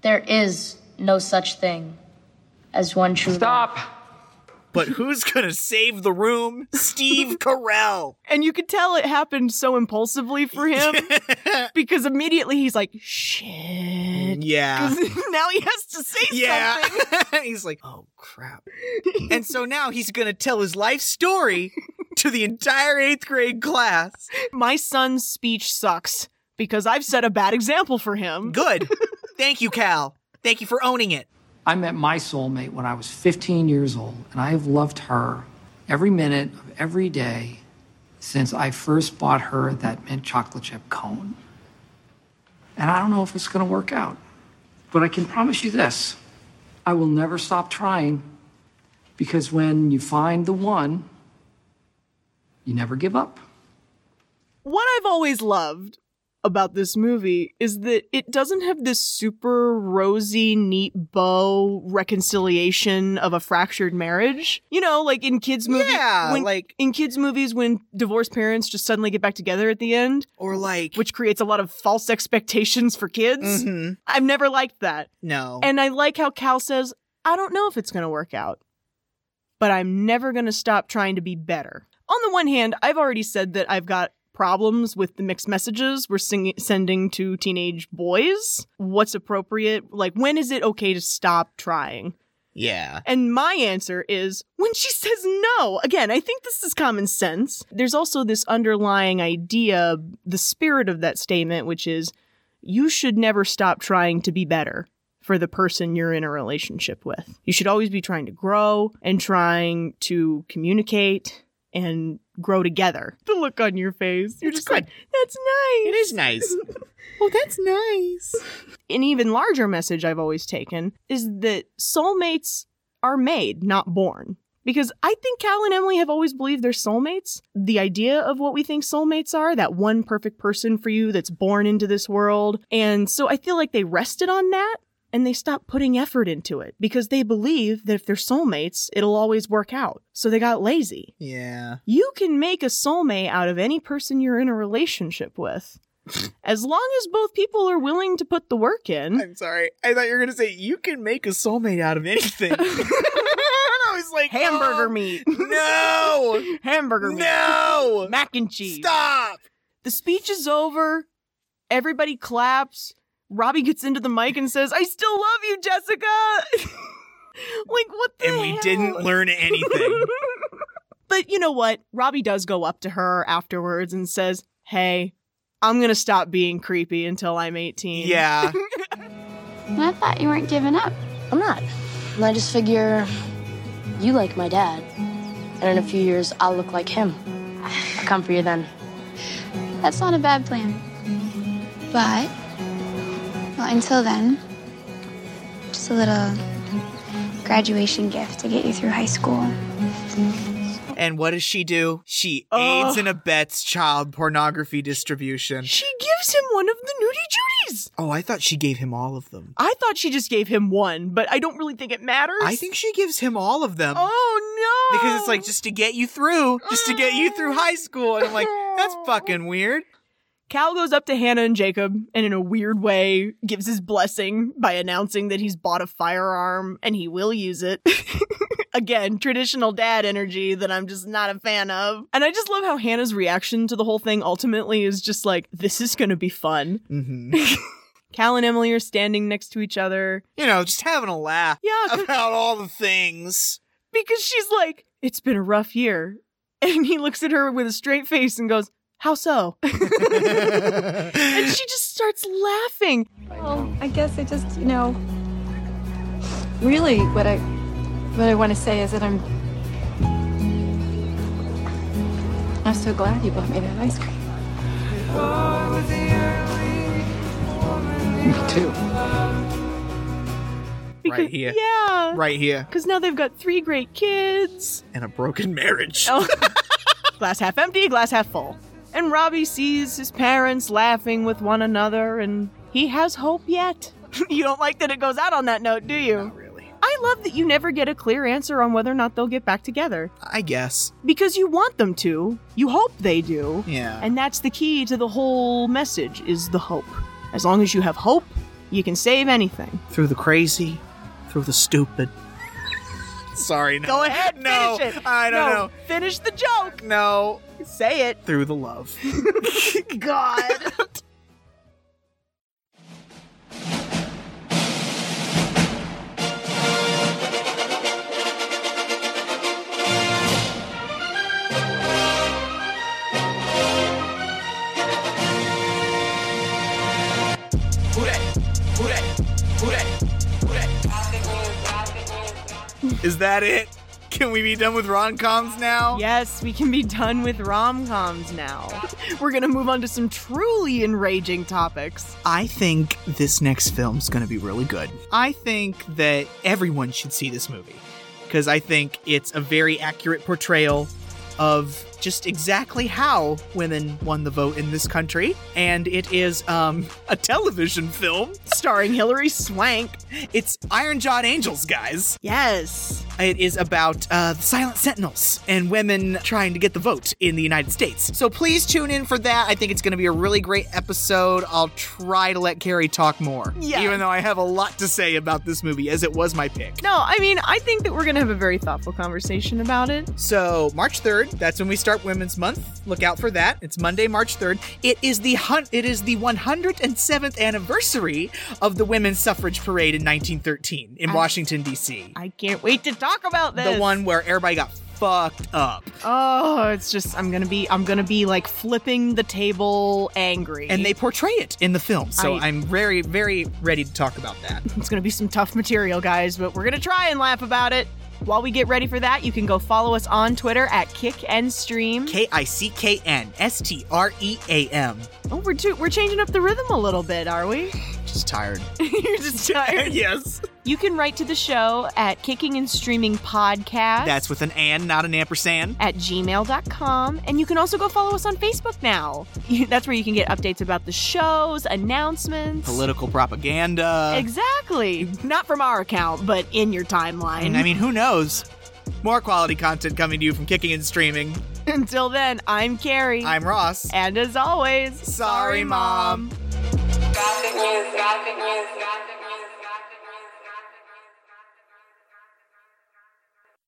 Speaker 5: There is no such thing as one true Stop.
Speaker 2: But who's going to save the room? [laughs] Steve Carell.
Speaker 1: And you could tell it happened so impulsively for
Speaker 2: [laughs]
Speaker 1: him because immediately he's like, shit.
Speaker 2: Yeah.
Speaker 1: 'Cause [laughs] now he has to say
Speaker 2: Mm. Yeah.
Speaker 1: something.
Speaker 2: he's like, oh, crap. and so now he's going to tell his life story to the entire eighth grade class.
Speaker 1: My son's speech sucks because I've set a bad example for him.
Speaker 2: Good. Thank you, Cal. Thank you for owning it.
Speaker 4: I met my soulmate when I was 15 years old, and I have loved her every minute of every day since I first bought her that mint chocolate chip cone. And I don't know if it's going to work out, but I can promise you this I will never stop trying because when you find the one, you never give up.
Speaker 1: What I've always loved about this movie is that it doesn't have this super rosy, neat bow reconciliation of a fractured marriage. You know, like in kids' movies.
Speaker 2: Yeah,
Speaker 1: when,
Speaker 2: like-
Speaker 1: in kids' movies when divorced parents just suddenly get back together at the end.
Speaker 2: Or like
Speaker 1: which creates a lot of false expectations for kids.
Speaker 2: Mhm.
Speaker 1: I've never liked that.
Speaker 2: No.
Speaker 1: And I like how Cal says, I don't know if it's going to work out, but I'm never going to stop trying to be better. On the one hand, I've already said that I've got problems with the mixed messages we're sing- sending to teenage boys. What's appropriate? Like, when is it okay to stop trying?
Speaker 2: yeah.
Speaker 1: And my answer is when she [laughs] says no. Again, I think this is common sense. There's also this underlying idea, the spirit of that statement, which is you should never stop trying to be better for the person you're in a relationship with. You should always be trying to grow and trying to communicate and grow together. The look on your face. You're just like, that's nice. It
Speaker 17: is nice.
Speaker 1: oh, that's nice. An even larger message I've always taken is that soulmates are made, not born. Because I think Cal and Emily have always believed they're soulmates. The idea of what we think soulmates are, that one perfect person for you that's born into this world. And so I feel like they rested on that and they stopped putting effort into it because they believe that if they're soulmates, it'll always work out. So they got lazy.
Speaker 2: [laughs] Yeah.
Speaker 1: You can make a soulmate out of any person you're in a relationship with. As long as both people are willing to put the work
Speaker 2: [laughs]
Speaker 1: in.
Speaker 2: I'm sorry. I thought you were going to say you can make a soulmate out of anything.
Speaker 1: I was like, [laughs] hamburger meat.
Speaker 2: [laughs] no.
Speaker 1: hamburger meat.
Speaker 2: "Oh." [laughs] No.
Speaker 1: Mac and cheese.
Speaker 2: Stop.
Speaker 1: The speech is over. Everybody claps. Robbie gets into the mic and says, I still love you, Jessica. [laughs] like, what the
Speaker 2: And we
Speaker 1: hell?
Speaker 2: didn't learn [laughs] anything.
Speaker 1: But you know what? Robbie does go up to her afterwards and says, Hey, I'm going to stop being creepy until I'm 18.
Speaker 2: Yeah.
Speaker 9: I thought you weren't giving up.
Speaker 8: I'm not. And I just figure you like my dad. And in a few years, I'll look like him. I'll come for you then.
Speaker 9: That's not a bad plan. But, well, until then, just a little graduation gift to get you through high school.
Speaker 2: and what does she do? She aids and abets child pornography distribution.
Speaker 1: She gives him one of the nudie judies.
Speaker 2: Oh, I thought she gave him all of them.
Speaker 1: I thought she just gave him one, but I don't really think it matters.
Speaker 2: I think she gives him all of them.
Speaker 1: Oh no!
Speaker 2: Because it's like just to get you through, just to get you through high school. And I'm like, that's fucking weird.
Speaker 1: Cal goes up to Hannah and Jacob and, in a weird way, gives his blessing by announcing that he's bought a firearm and he will use it. [laughs] Again, traditional dad energy that I'm just not a fan of. And I just love how Hannah's reaction to the whole thing ultimately is just like, this is going to be fun.
Speaker 2: Mm-hmm.
Speaker 1: Cal and Emily are standing next to each other.
Speaker 2: You know, just having a [laughs] laugh
Speaker 1: Yeah,
Speaker 2: about all the things.
Speaker 1: because she's like, it's been a rough year. [laughs] And he looks at her with a straight face and goes, How so? and she just starts laughing.
Speaker 16: Well, I guess I just, you know, really what I what I want to say is that I'm I'm so glad you bought me that ice cream.
Speaker 11: Me too.
Speaker 2: Right here.
Speaker 1: Yeah.
Speaker 2: Right here.
Speaker 1: Because now they've got three great kids.
Speaker 2: And a broken marriage.
Speaker 1: Oh. glass half empty, glass half full. And Robbie sees his parents laughing with one another, and he has hope yet. [laughs] you don't like that it goes out on that note, do you? Not
Speaker 2: really.
Speaker 1: I love that you never get a clear answer on whether or not they'll get back together.
Speaker 2: I guess.
Speaker 1: Because you want them to. You hope they do.
Speaker 2: Yeah.
Speaker 1: And that's the key to the whole message is the hope. As long as you have hope, you can save anything.
Speaker 2: Through the crazy, through the stupid. Sorry, no.
Speaker 1: Go ahead,
Speaker 2: Oh, No,
Speaker 1: finish it.
Speaker 2: I don't
Speaker 1: No,
Speaker 2: know.
Speaker 1: Finish the joke.
Speaker 2: No.
Speaker 1: Say it.
Speaker 2: Through the love. [laughs]
Speaker 1: God.
Speaker 20: Who that? Who that? Who that? Who that?
Speaker 2: Is that it? Can we be done with rom coms now?
Speaker 1: Yes, we can be done with rom coms now. [laughs] We're gonna move on to some truly enraging topics.
Speaker 2: I think this next film's gonna be really good. I think that everyone should see this movie because I think it's a very accurate portrayal of just exactly how women won the vote in this country, and it is um, a television film.
Speaker 1: Starring Hilary Swank.
Speaker 2: It's Iron Jawed Angels, guys.
Speaker 1: Yes.
Speaker 2: It is about uh, the Silent Sentinels and women trying to get the vote in the United States. So please tune in for that. I think it's going to be a really great episode. I'll try to let Carrie talk more.
Speaker 1: Yeah.
Speaker 2: Even though I have a lot to say about this movie, as it was my pick.
Speaker 1: No, I mean, I think that we're gonna have a very thoughtful conversation about it.
Speaker 2: So, March 3rd, that's when we start Women's Month. Look out for that. It's Monday, March 3rd. It is the hun- it is the 107th anniversary of the Women's Suffrage Parade in 1913 in Washington D.C.
Speaker 1: I can't wait to talk about this.
Speaker 2: The one where everybody got fucked up.
Speaker 1: Oh, it's just I'm gonna be I'm gonna be like flipping the table angry.
Speaker 2: and they portray it in the film. So
Speaker 1: I-
Speaker 2: I'm very, very ready to talk about that.
Speaker 1: It's gonna be some tough material, guys, but we're gonna try and laugh about it. While we get ready for that, you can go follow us on Twitter at Kick and Stream.
Speaker 2: K I C K N S T R E A M.
Speaker 1: Oh, we're too, we're changing up the rhythm a little bit, are we? [laughs]
Speaker 2: Just tired.
Speaker 1: You're
Speaker 2: [laughs]
Speaker 1: just tired.
Speaker 2: yes.
Speaker 1: You can write to the show at Kicking and Streaming Podcast
Speaker 2: That's with an and, not an ampersand.
Speaker 1: at gmail.com. And you can also go follow us on Facebook now. [laughs] That's where you can get updates about the shows, announcements.
Speaker 2: Political propaganda.
Speaker 1: Exactly. Not from our account, but in your timeline.
Speaker 2: And I mean, who knows? More quality content coming to you from Kicking and Streaming.
Speaker 1: [laughs] Until then, I'm Carrie.
Speaker 2: I'm Ross.
Speaker 1: And as always,
Speaker 2: sorry, Mom.
Speaker 20: Gossip news, gossip news, gossip news.